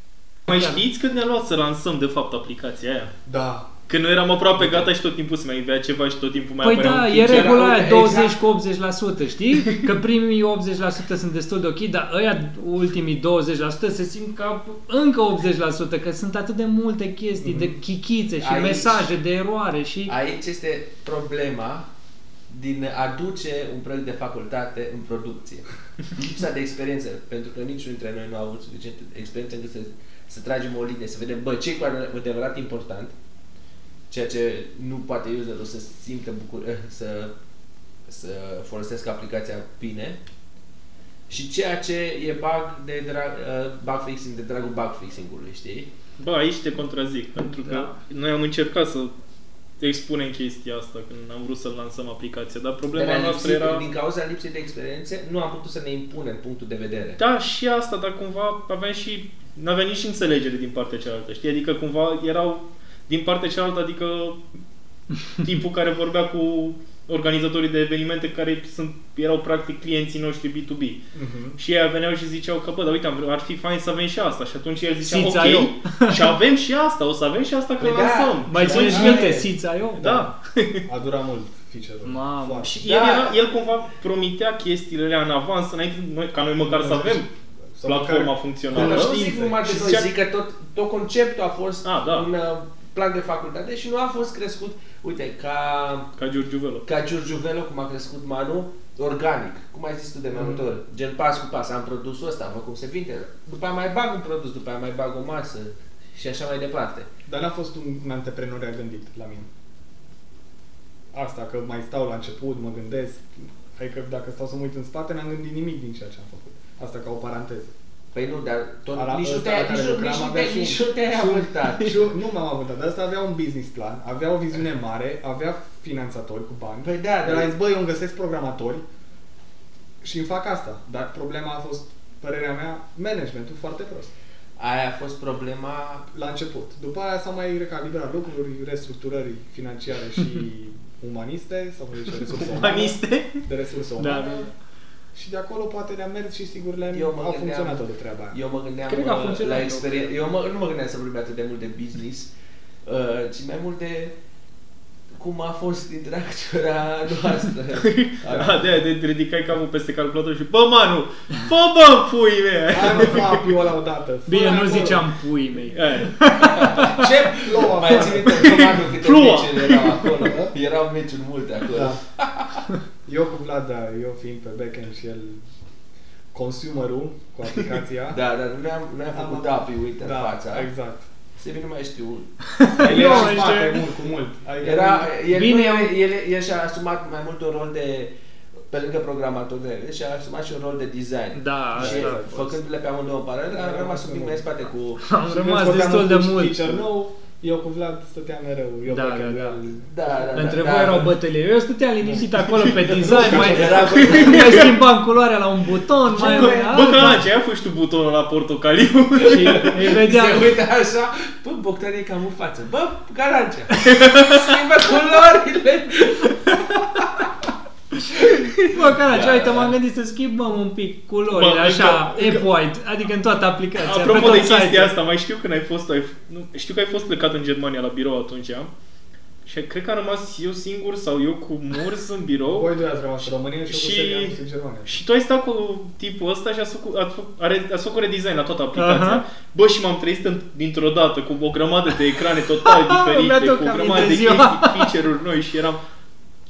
Mai Chiar. știți când ne-a luat să lansăm de fapt aplicația aia? Da. Când noi eram aproape gata și tot timpul se mai invea ceva și tot timpul mai Păi apărea da, e un feature. regula aia, Exact. 20 cu 80%, știi? Că primii 80% sunt destul de ok, dar ăia ultimii 20% se simt ca încă 80%, că sunt atât de multe chestii, de chichițe și Aici- mesaje de eroare și... Aici este problema din a duce un proiect de facultate în producție. Lipsa de experiență, pentru că niciunul dintre noi nu a avut suficient experiență încât să, să tragem o linie, să vedem, bă, ce e cu adevărat important, ceea ce nu poate userul să simtă bucur- eh, să, să folosească aplicația bine și ceea ce e bug, de drag, uh, bug fixing de dragul bug fixing-ului, știi? Bă, aici te contrazic, pentru că Da. noi am încercat să expunem chestia asta când am vrut să lansăm aplicația, dar problema Dar noastră lipsit- era... Din cauza lipsei de experiențe, nu am putut să ne impunem punctul de vedere. Da, și asta, dar cumva aveam și... N-avea nici înțelegere din partea cealaltă, știi? Adică cumva erau din partea cealaltă, adică (laughs) tipul care vorbea cu organizatorii de evenimente care sunt, erau practic clienții noștri B2B. Mhm. Și ei veneau și ziceau că, bă, dar uite, am vrut- ar fi fain să avem și asta. Și atunci el zicea, Sița ok, eu." (laughs) și avem și asta, o să avem și asta că Păi da, lansăm. Mai Da, țineți da, e. minte, Sița eu? Da. A durat mult feature-ul. Mamă. Foarte. Și Da. el, era, el cumva promitea chestiile alea în avans, înainte noi, ca noi măcar să avem Sau platforma măcar- funcțională. Nu cunoștințe. zic numai de Și noi, zicea- zic că tot, tot conceptul a fost Ah, da. un uh, plan de facultate și nu a fost crescut, uite, ca, Ca Giurgiu Velo. ca Giurgiu Velo, cum a crescut Manu, organic, cum ai zis tu de mai multe ori, gen pas cu pas, am produsul ăsta, mă, cum se vinde, după aia mai bag un produs, după aia mai bag o masă și așa mai departe. Dar n-a fost un, un antreprenor a gândit la mine. Asta, că mai stau la început, mă gândesc, adică dacă stau să mă uit în spate, n-am gândit nimic din ceea ce am făcut. Asta ca o paranteză. Păi nu, dar tot, Ala- nici nu ăsta te-ai la care nici nu- lucram nici nu avea te-ai- și- nici nu te-ai și un- avântat. Și eu nu m-am avântat, dar ăsta avea un business plan, avea o viziune mare, avea finanțatori cu bani. Păi da, de la dar- zis, băi, eu îmi găsesc programatori și îmi fac asta. Dar problema a fost, părerea mea, managementul foarte prost. Aia a fost problema La început. După aia s-au mai recalibrat lucruri, restructurări financiare și umaniste, sau cum zice, resurse umane, Umaniste? de resurse Da, umane. da. (laughs) Și de acolo poate le-a mers și sigur le Eu a mă gândeam- funcționat tot de treaba aia. Eu mă gândeam Cred că a uh, funcționat, la nu? experiență. Eu mă, nu mă gândeam să vorbim atât de mult de business, uh, ci mai mult de cum a fost interacțiunea (laughs) noastră. Da, de aia de ridicai capul peste calculator și bă, manu, bă, bă, pui mea! Hai mă, papi, ăla odată. Bine, Fă nu acolo. ziceam puii mei. Aia. Ce Ploua mai afară. ține minte probabil câte Ploua. meciuri erau acolo. da? Erau meciuri multe acolo. Da. Eu cu Vlad, da, eu fiind pe backend și el consumerul cu aplicația. Da, dar nu ne-am, nu ne-am Am- făcut API uite în fața. exact. Se bine nu mai știu. El era Nu, în ești- spate, mult, cu mult. Adică Era, el, Bine, bine, eu- el, el și-a asumat mai mult un rol de, pe lângă programator de și-a asumat și un rol de design. Da, Și asta a fost. făcându-le pe amândouă în paralel, am rămas un pic mai în spate cu... Am și rămas vezi, destul de făceam un mult. feature nou, eu cu Vlad stăteam mereu, eu Da, backend, da, da. el- Da, da, da. Între da, voi erau da. bătălie. Eu stăteam liniștit acolo pe design, mai, Era (laughs) mai schimbam culoarea la un buton, mai Bă, Bă, că la mai ce ai fost tu butonul la portocaliu? și îi vedeam. Se uită așa, bă, Bogdan e cam în față. Bă, Garancea, schimbă culorile. Bă, cara, ce Da, uite, da. m-am gândit să schimbăm un pic culorile, Bă, așa, încă- app white, adică în toată aplicația, pe Apropo tot de chestia site-ul. asta, mai știu când ai fost, ai, nu, știu că ai fost plecat în Germania la birou atunci și cred că am rămas eu singur sau eu cu Murs în birou Voi doi ați rămas în România și, Și- eu cu Sergiu am fost în Germania. și tu ai stat cu tipul ăsta și ați făcut, ați făcut, a re- ați făcut redesign la toată aplicația. Aha. Uh-huh. Bă, și m-am trezit în, dintr-o dată cu o grămadă de ecrane (laughs) total diferite, Mi-aduc cu o grămadă aminte de ziua. chestii, feature-uri noi și eram...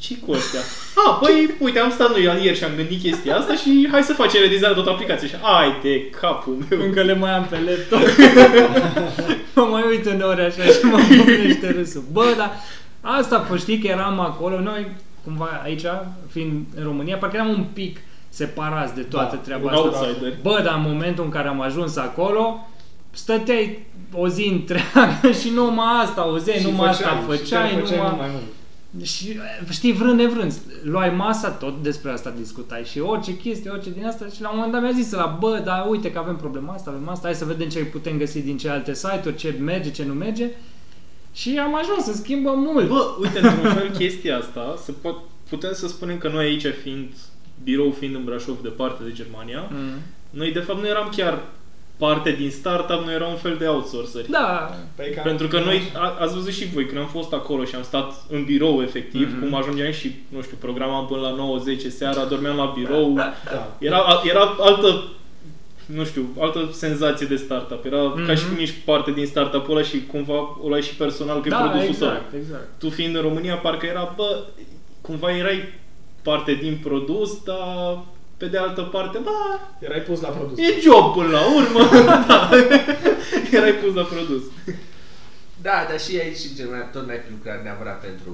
ce cu (laughs) astea? Ah, păi, uite, am stat noi ieri și am gândit chestia asta și hai să facem redesign la toată aplicația. Și ai de capul meu. Încă le mai am pe (laughs) laptop. mă mai uit uneori așa și mă bunește râsul. Bă, dar asta a fost, știi că eram acolo, noi cumva aici, fiind în România, parcă eram un pic separați de toată Da, treaba Un asta. outsider. Bă, dar în momentul în care am ajuns acolo, stăteai o zi întreagă (laughs) și numai asta auzeai, Și numai asta și făceai, chiar numai... numai mult. Și e, știi, vrând nevrând, luai masa, tot despre asta discutai și orice chestie, orice din asta și la un moment dat mi-a zis la bă, dar uite că avem problema asta, avem asta, hai să vedem ce putem găsi din celelalte site-uri, ce merge, ce nu merge și am ajuns să schimbăm mult. Bă, uite, într-un fel chestia asta, se pot, putem să spunem că noi aici fiind, birou fiind în Brașov, departe de Germania, Mm. noi de fapt nu eram chiar parte din startup, noi eram un fel de outsourceri. Da, Păi ca- Pentru că noi, a, ați văzut și voi, când am fost acolo și am stat în birou efectiv, Mhm. mm-hmm. cum ajungeam și, nu știu, programam până la 9-10 seara, dormeam la birou, Da. era, a- era altă nu știu, altă senzație de startup. Era mm-hmm. ca și Mhm. cum ești parte din startup-ul ăla și cumva o ai și personal că e da, produsul tău exact, exact. tu fiind în România, parcă era, bă, cumva erai parte din produs, dar pe de altă parte, bă, Erai pus la produs. e job până la urmă, (laughs) da. erai pus la produs. Da, dar și aici în Germania tot n-ai fi lucrat neapărat pentru,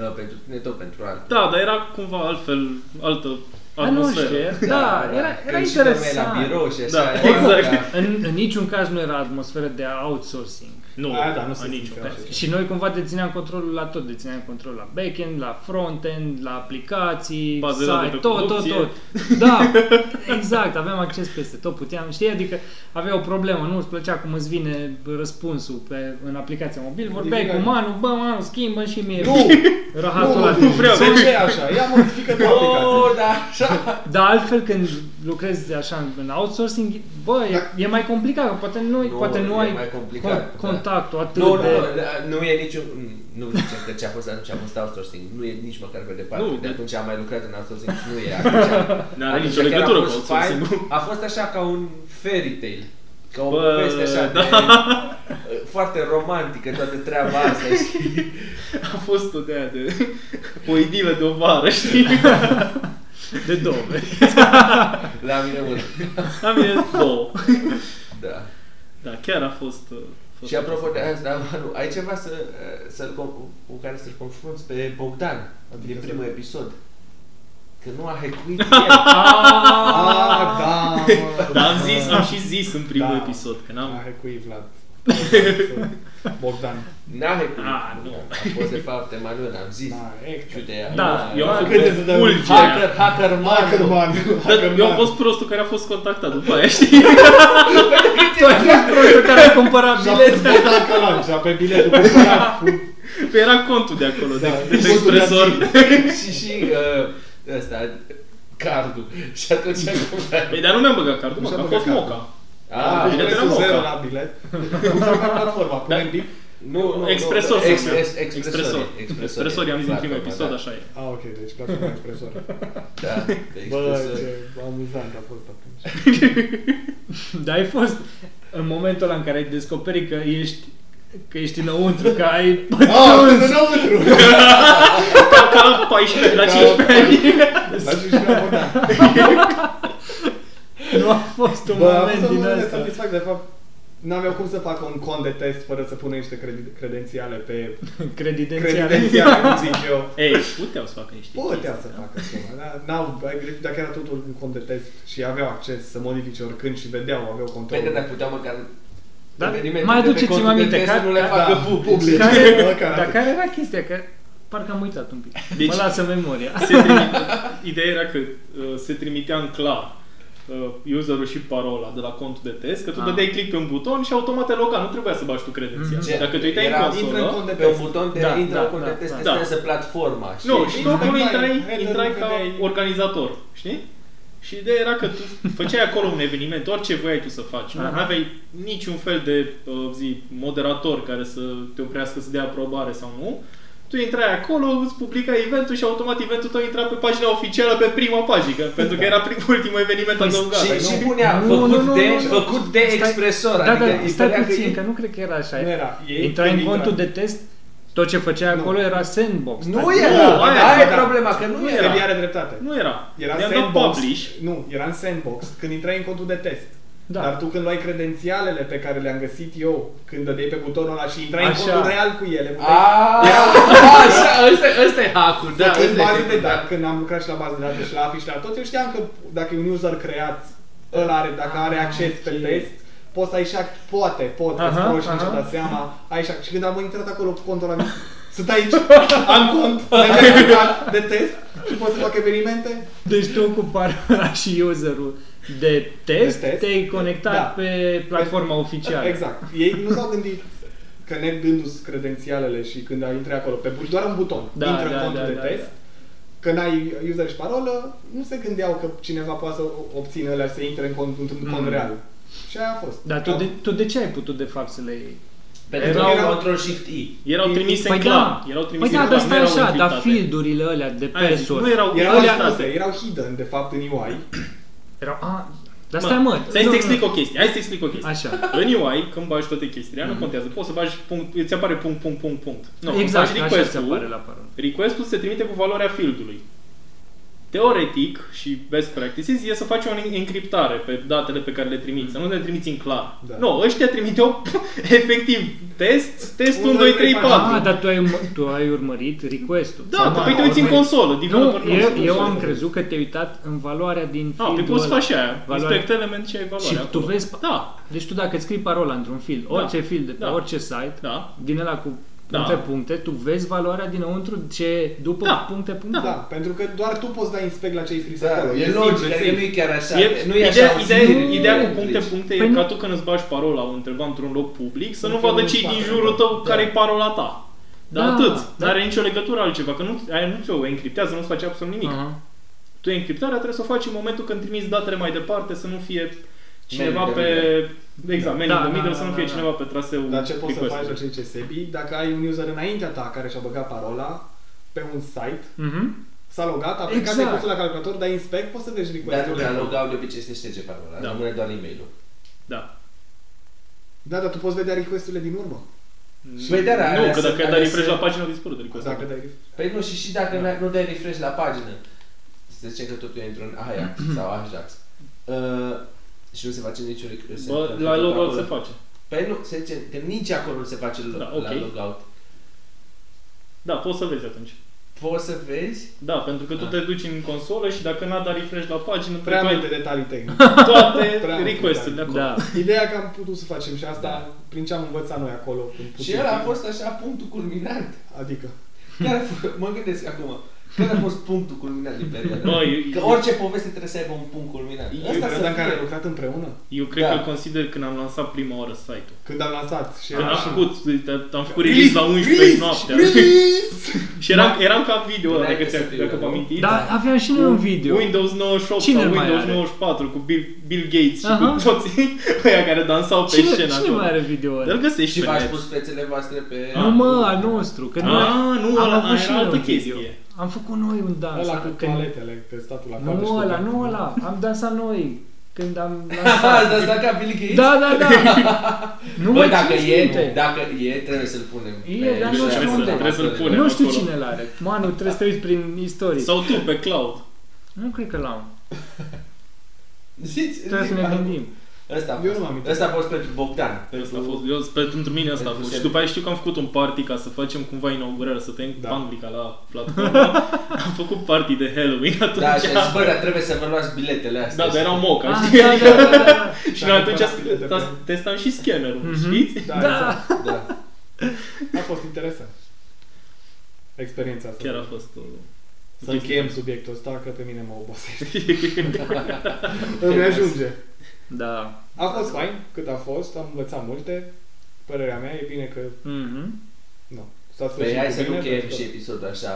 uh, pentru tine, tot pentru altul. Da, dar era cumva altfel, altă Dar nu atmosferă. știu, da, era, era interesant. la birou și așa. Da, era- exact. (laughs) da. În, în niciun caz nu era atmosferă de outsourcing. Nu, Aia, da, nu în se niciun simțea caz. așa. Și noi cumva dețineam controlul la tot, dețineam control la backend, la frontend, la aplicații, Bazele de pe site, tot, tot, producție. tot. Da, exact, aveam acces peste tot, puteam, știi, adică avea o problemă, nu îți plăcea cum îți vine răspunsul pe, în aplicația mobil, vorbeai cu Modificare. Manu, bă, Manu, schimbă și mie Nu! (laughs) rahatul nu, ăla. nu, vreau. Sunt și așa, ia modifică tu aplicația. Oh, da, așa. Dar altfel când lucrezi așa în outsourcing, bă, e, e mai complicat, că poate nu, Nu, poate nu e ai mai complicat, con- da. contactul atât Nu, nu, de... nu, nu e niciun... Nu zicem că ce a fost atunci a fost outsourcing. Nu e nici măcar pe departe. Nu, de de- atunci am mai lucrat în outsourcing și (laughs) nu e atunci. N-are Atunci nicio chiar a legătură cu fost outsourcing-ul. fain. A fost așa ca un fairy tale. Ca o Bă, poveste așa da. de, foarte romantică toată treaba asta. știi? (laughs) (laughs) A fost o de aia de... o idilă de o vară, știi? De două. La mine mână. Am mine două. Da. Da, chiar a fost... uh, fost Și apropo de asta, Manu, ai ceva să, să cu care să-l confrunți pe Bogdan din primul episod. Că nu a (laughs) hackuit el. Ah, da, mă. Dar am zis, am și zis în primul Da. episod, că Am n-am... recuit Vlad. (laughs) Bogdan. N-a hackuit. Ah, nu. A fost de fapt Emanuel, am zis. Da, Ciute, e- ea. Da, eu am Da, (laughs) făcut credeți de- ulge. Hacker, hacker, man. Ackerman. Dar eu am Ackerman. fost prostul care a fost contactat după aia, știi? Păi, Tu ai fost prostul care a cumpărat Și-a bilet. pus Bogdan Călan și-a pe (laughs) biletul cu Bogdan. Că păi era contul de acolo, Da, de, de, de costul expresor. și și uh, ăsta, cardul. Și atunci am cumpărat. Păi, dar nu mi-am băgat cardul, Nu mă, că s-a a băgat fost cardul. moca. Ah, Biletul Prețul la Moca. zero la (laughs) bilet. Uitați pe platforma, punem pic. nu, nu, Expresor nu, ex, Exact, să-mi ia. ex, expresor. Expresor, i-am zis în primul episod, așa e. Ah, ok, deci platforma expresoare. (laughs) Da, pe Bă, expresor. ce amuzant a fost atunci. Dar ai fost în momentul ăla în care ai descoperit că ești că ești înăuntru, că ai (laughs) Ah, pătruns. (laughs) înăuntru! Ca, ca la 14, la Ca- 15 ani. La Jișina Bogdan. Nu a fost un Bă, am moment fost un din moment de asta. satisfacție, de fapt. N-aveau cum să facă un cont de test fără să pună niște credi- credențiale pe Credidențiale. credențiale, cum zic (laughs) eu. Ei, puteau să facă niște Putea să facă ceva, dar n-au, dacă era totul un cont de test și aveau acces să modifice oricând și vedeau, aveau control. Pentru că Păi, puteau măcar... Da, evenimente mai de pe aduceți-mi contul de aminte, test ca- să nu le ca- da. facă public. (laughs) Care, Măcar dar atât. care era chestia? Că parcă am uitat un pic. Deci- Mă lasă memoria. se trimite, ideea era că uh, se trimitea în clar uh, userul și parola de la contul de test, că tu Ah. dădeai click pe un buton și automat te loga, nu trebuia să bagi tu credenția. Gen, Dacă te uitai în era- Intră în consolă, cont de Pe un test. buton te Da, da, intră da, da, cont da, de test, da. da. testează platforma. Și nu, și tu acolo Intrai, intrai, vedeai, intrai ca vedeai. organizator, știi? Și ideea era că tu făceai acolo un eveniment, orice voiai tu să faci. Nu Aha. aveai niciun fel de uh, zi, moderator care să te oprească să dea aprobare sau nu. Tu intrai acolo, îți publicai eventul și automat eventul tău intra pe pagina oficială, pe prima (laughs) pagină, pentru că era prim, ultimul eveniment Da. Păi, adăugat. și, ai și nu? punea Nu, făcut, nu, nu, de, nu, nu. făcut de Stai- expresor. Da, adică dar îi stai părea că puțin, e- că nu cred că era așa. Păi, Nu era. Ei Intrai în când contul de test, tot ce făcea acolo era sandbox. Nu Adică- era, Nu, aia aia, era. e problema, că nu, Nu era. Sebi are dreptate. Nu era. Era I-am dat sandbox. publish. Nu, era în sandbox când intrai în contul de test. Da. Dar tu când luai credențialele pe care le-am găsit eu, când dădeai pe butonul ăla și intrai Așa. în contul real cu ele, puteai Aaa, așa, ăsta, ăsta e hack-ul, da, Făcând ăsta baze de e date, când am lucrat și la baze de date și la API și la tot, eu știam că dacă e un user creat, ăla are, dacă are acces pe test, poți să ai și act- poate, pot, că Aha, sunt proști, aha. nu dat seama, ai și act- Și când am intrat acolo cu contul ăla, mi-a zis, sunt (laughs) aici, am cont, de, creat de test și pot să fac evenimente. Deci tu cu parola și userul de test, De test. te-ai conectat Da. pe platforma oficială. Exact. Ei nu s-au gândit că ne dându-ți credențialele și când ai intrat acolo, pe bu- doar un buton, Da, intră da, în contul da, de da, test, da. că n-ai user și parolă, nu se gândeau că cineva poate să o- obțină alea să intre în cont, într-un cont Mm. real. Și aia a fost. Dar Da. tu de, tu de ce ai putut de fapt să le iei? Pentru că Erau- era control shift I. Erau trimise în clar. Erau păi trimise da, în dar clar, stai nu erau așa, dar encryptate. fieldurile alea de Aia zic, pe Nu erau erau, encryptate. ascunse, erau hidden, de fapt, în UI. Erau, a, dar stai mă. Să nu, să nu. explic o chestie. Hai să explic o chestie. Așa. Mhm. În UI, când bagi toate chestiile, mm nu contează. Poți să bagi punct, îți apare punct, punct, punct, punct. Nu, când exact, bagi așa se request-ul, apare la parolă. request-ul se trimite cu valoarea fieldului. Teoretic și best practices e să faci o encriptare pe datele pe care le trimiți, să nu le trimiți în clar. Da. Nu, ăștia trimiteau (laughs) efectiv test, test Un, 1, 2, 3, doi, trei, 4. Ah, dar tu ai, urmă- tu ai urmărit request-ul. Da, că mai păi te uiți păi, în urmări. consolă, developer Nu, eu, eu știu. am crezut că te-ai uitat în valoarea din Ah, păi fieldul poți să ăla. faci aia, Valoarea. inspect element și ai valoarea Și tu acolo. vezi- Da, Deci tu dacă îți scrii parola într-un field, orice field de pe da. orice site, da. din ăla cu Da. puncte, puncte, tu vezi valoarea dinăuntru ce după Da. puncte, puncte? Da. pentru că doar tu poți da inspect la cei scris acolo. Da, e simplu, logic, adică simplu. nu e chiar așa. E, nu e ideea, așa. ideea, Nu, ideea cu deci, puncte, puncte Păi e nu. ca tu când îți bagi parola o întreba într-un loc public să nu Într-un vadă loc cei din public, jurul da. tău care e parola ta. Dar Da, atât. da. Nu are nicio legătură altceva, că nu, aia nu ți-o encriptează, nu-ți face absolut nimic. Aha. Tu encriptarea trebuie să o faci în momentul când trimiți datele mai departe, să nu fie cineva Man in the pe... Exact, man Da, in the da, middle, da, să nu da, fie da. cineva pe traseu Dar ce poți să faci la request-ului. cei ce sebi? Dacă ai un user înaintea ta care și-a băgat parola pe un site, Mhm. s-a logat, a plecat Exact. exact. recursul la calculator, dai inspect, poți să vezi Dar nu request că logau de obicei se șterge parola, Da. rămâne doar e-mail-ul. Da. Da, dar tu poți vedea requesturile din urmă. Păi da, da, Nu, alea că se- dacă alea dai se- refresh la pagină, dispărut request Da. Dacă dai... Păi nu, și și dacă nu dai refresh la pagină, să zicem că totul e într-un (clears throat) Ajax sau Ajax. Uh, și nu se face niciun rec- se- Bă, la tot logout acolo. se face. Păi nu, se zice că nici acolo nu se face lo- Da, ok. la logout. Da, poți să vezi atunci. Poți să vezi? Da, pentru că tu Ah. te duci în consolă și dacă n-a dat refresh la pagină, Prea multe plecai detalii tehnice. (laughs) toate Prea multe request-urile acolo. Da. Ideea că am putut să facem și asta prin ce am învățat noi acolo. În puțin Da. Și el a timp. fost așa punctul (laughs) culminant. Adică, Care a fost, mă gândesc acum, care a fost punctul culminant din perioada? Bă, eu- Că orice poveste trebuie să aibă un punct culminant. eu Asta credeam să că am fie. lucrat împreună. Eu cred Da. că îl consider când am lansat prima oară site-ul. Când am lansat și Când era am așa. făcut, uite, am făcut release la 11 release, noaptea. Release! (laughs) Și Da. eram, eram ca video ăla, Înainte dacă, ți să fie, dacă vă nu? amintiți. Dar aveam și noi un Da, video. Windows 98 Cine sau mai Windows are? 94 cu Bill, Bill Gates Aha. și cu toți (laughs) ăia care dansau pe Cine, scenă cine acolo. mai are video Dar îl ăla? găsești Și pe v-ați net. pus fețele voastre pe... Nu (laughs) mă, al nostru, că noi Ah, nu, am ăla avut și era noi altă un video. chestie. am făcut noi un dans. Ăla cu când- toaletele, că statul la coadă și Nu ăla, cu- nu ăla, am dansat noi când am (laughs) Aha, lansat. ați dat ca Bill Gates? Da, da, da. Nu Bă, mai dacă e, da. dacă e, trebuie să-l punem. E, pe- dar nu știu pe- unde. Trebuie să-l pe- punem. Nu știu acolo. cine l are. Manu, trebuie să te uiți prin istorie. Sau tu pe cloud. Nu cred că l-am. Zici, Trebuie să ne gândim. Ăsta a Eu nu fost. m-am amintit. Ăsta a fost pentru Bogdan. Asta a fost, eu, pe- pentru mine asta a Pentru fost. Și semne. după aia știu că am făcut un party ca să facem cumva inaugurarea, să tăiem Da. da. panglica la (laughs) platformă. am făcut party de Halloween atunci. Da, și a zis, bă, dar trebuie să vă luați biletele astea. da, dar erau moca, Ah, știi? da, da, da, da. Și Dacă noi atunci până la asta- de testam și scannerul, Mhm. știți? Da, Da. exact. Da. A fost interesant. Experiența asta. Chiar a fost o... (laughs) Să încheiem subiectul ăsta, că pe mine mă obosește. Îmi ajunge. Da. A fost fain cât a fost, am învățat multe. Părerea mea e bine că Mhm. nu. S-a Păi sfârșit hai cu să nu bine, da. cheiem pentru și că- episodul așa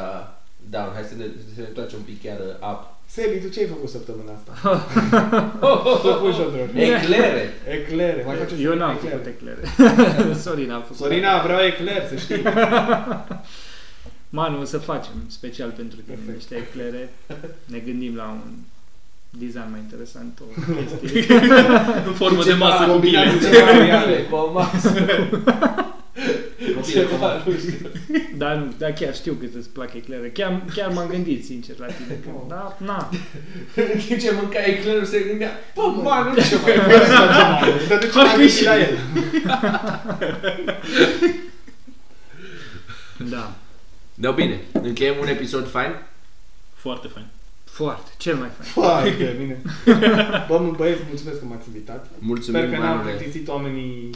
down. Hai să ne, să ne întoarcem un pic chiar uh, up. Sebi, tu ce ai făcut săptămâna (laughs) asta? Să pui jodrări. Eclere! Eclere, mai faceți Eu n-am eclere. făcut eclere. (laughs) Sorina a făcut. Sorina, vreau ecler, să știi. Manu, o să facem special pentru tine Perfect. niște eclere. Ne gândim la un design mai interesant. O chestie. În formă de Ceva masă cu combinat bile. cu Ce Ceva reale. variare cu o masă. Copile cu masă. Dar nu, dar chiar știu cât îți plac eclere. Chiar, chiar m-am gândit sincer la tine. Că, da, na. În timp ce mânca eclerul se gândea, bă, mă, nu ce mai (laughs) fac. Dar de ce m-am Parcă gândit și- la el? (laughs) Da. Da, bine, încheiem un episod fain. Foarte fain. Foarte. Cel mai fain. Fai de mine. Bă, mă, băieți, mulțumesc că m-ați invitat. Mulțumim, Sper că n-am Manule. plictisit oamenii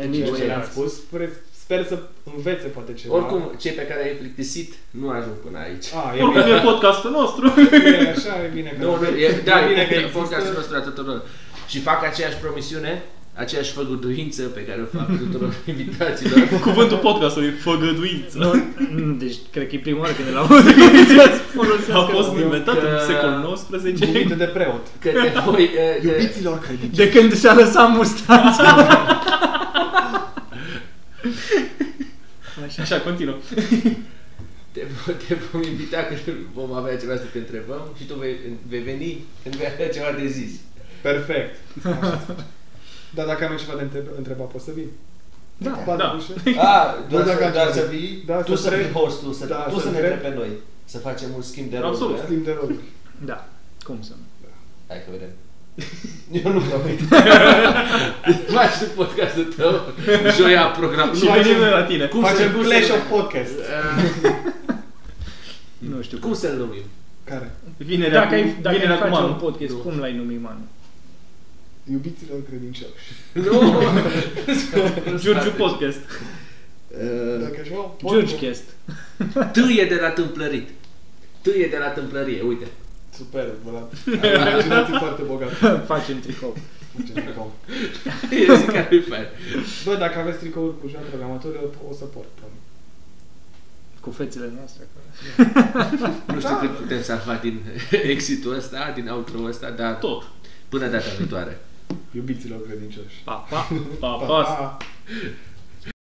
And ceea ce anyway, le-am spus. Pre- Sper să învețe poate ceva. Oricum, cei pe care ai plictisit nu ajung până (laughs) aici. A, e Oricum bine, (laughs) e podcastul nostru. (laughs) e așa, e bine că... Nu, nu, e, da, bine e că că există. podcastul nostru a tuturor. Și fac aceeași promisiune, aceeași făgăduință pe care o fac tuturor (laughs) invitaților. Cuvântul podcastului e făgăduință. Nu, deci cred că e prima oară când l-am auzit să folosesc. A fost Eu- inventat în că- secolul XIX. Cuvinte de preot. Că (laughs) te voi... eh, Că, Iubiților credincioși. De când și-a lăsat mustața. Așa. Așa, continuă. te, te vom invita când vom avea ceva să te întrebăm și tu vei, vei veni când vei avea ceva de (laughs) zis. Perfect. Așa se face. Dar dacă am eu ceva de întreb- întrebat, poți să vin? Da. Ba, Da. ușă. A, Ah, doar, Nu să, dacă doar, am să ce- vii, da, tu să să, fii întreb. hostul, să, Da, tu să să ne întreb. întrebi pe noi. Să facem un schimb de roluri. Absolut. da? Schimb de roluri. Da. Cum să nu? Hai că vedem. Eu nu vreau uite. (laughs) Mai aștept podcastul tău. Joia program. Și Nu, venim noi la tine. Cum (laughs) Facem se cum Clash se- of Podcast. (laughs) Nu știu. Cum să-l numim? Care? Vinerea Dacă ai, cu, dacă ai vinerea cu face un Manu. podcast, cum l-ai numit, Manu? Iubiților credincioși. Nu! deci. Giurgiu Podcast. Dacă ceva, pot- Giurgecast. Tâie de la tâmplărit. Tâie de la tâmplărie, uite. (laughs) Super, bă, la... Ai (laughs) imaginații foarte bogată. (laughs) Facem tricou. Ce tricou. Eu zic că nu-i fain. Bă, dacă aveți tricouri cu joacă de amatori, o- o să port. probabil. Cu fețele noastre. acolo. Nu știu cât putem salva din (laughs) exitul ăsta, din outro ăsta, dar Tot. până data viitoare. Iubiților credincioși. Pa, pa. Pa, Pa, pa. pa.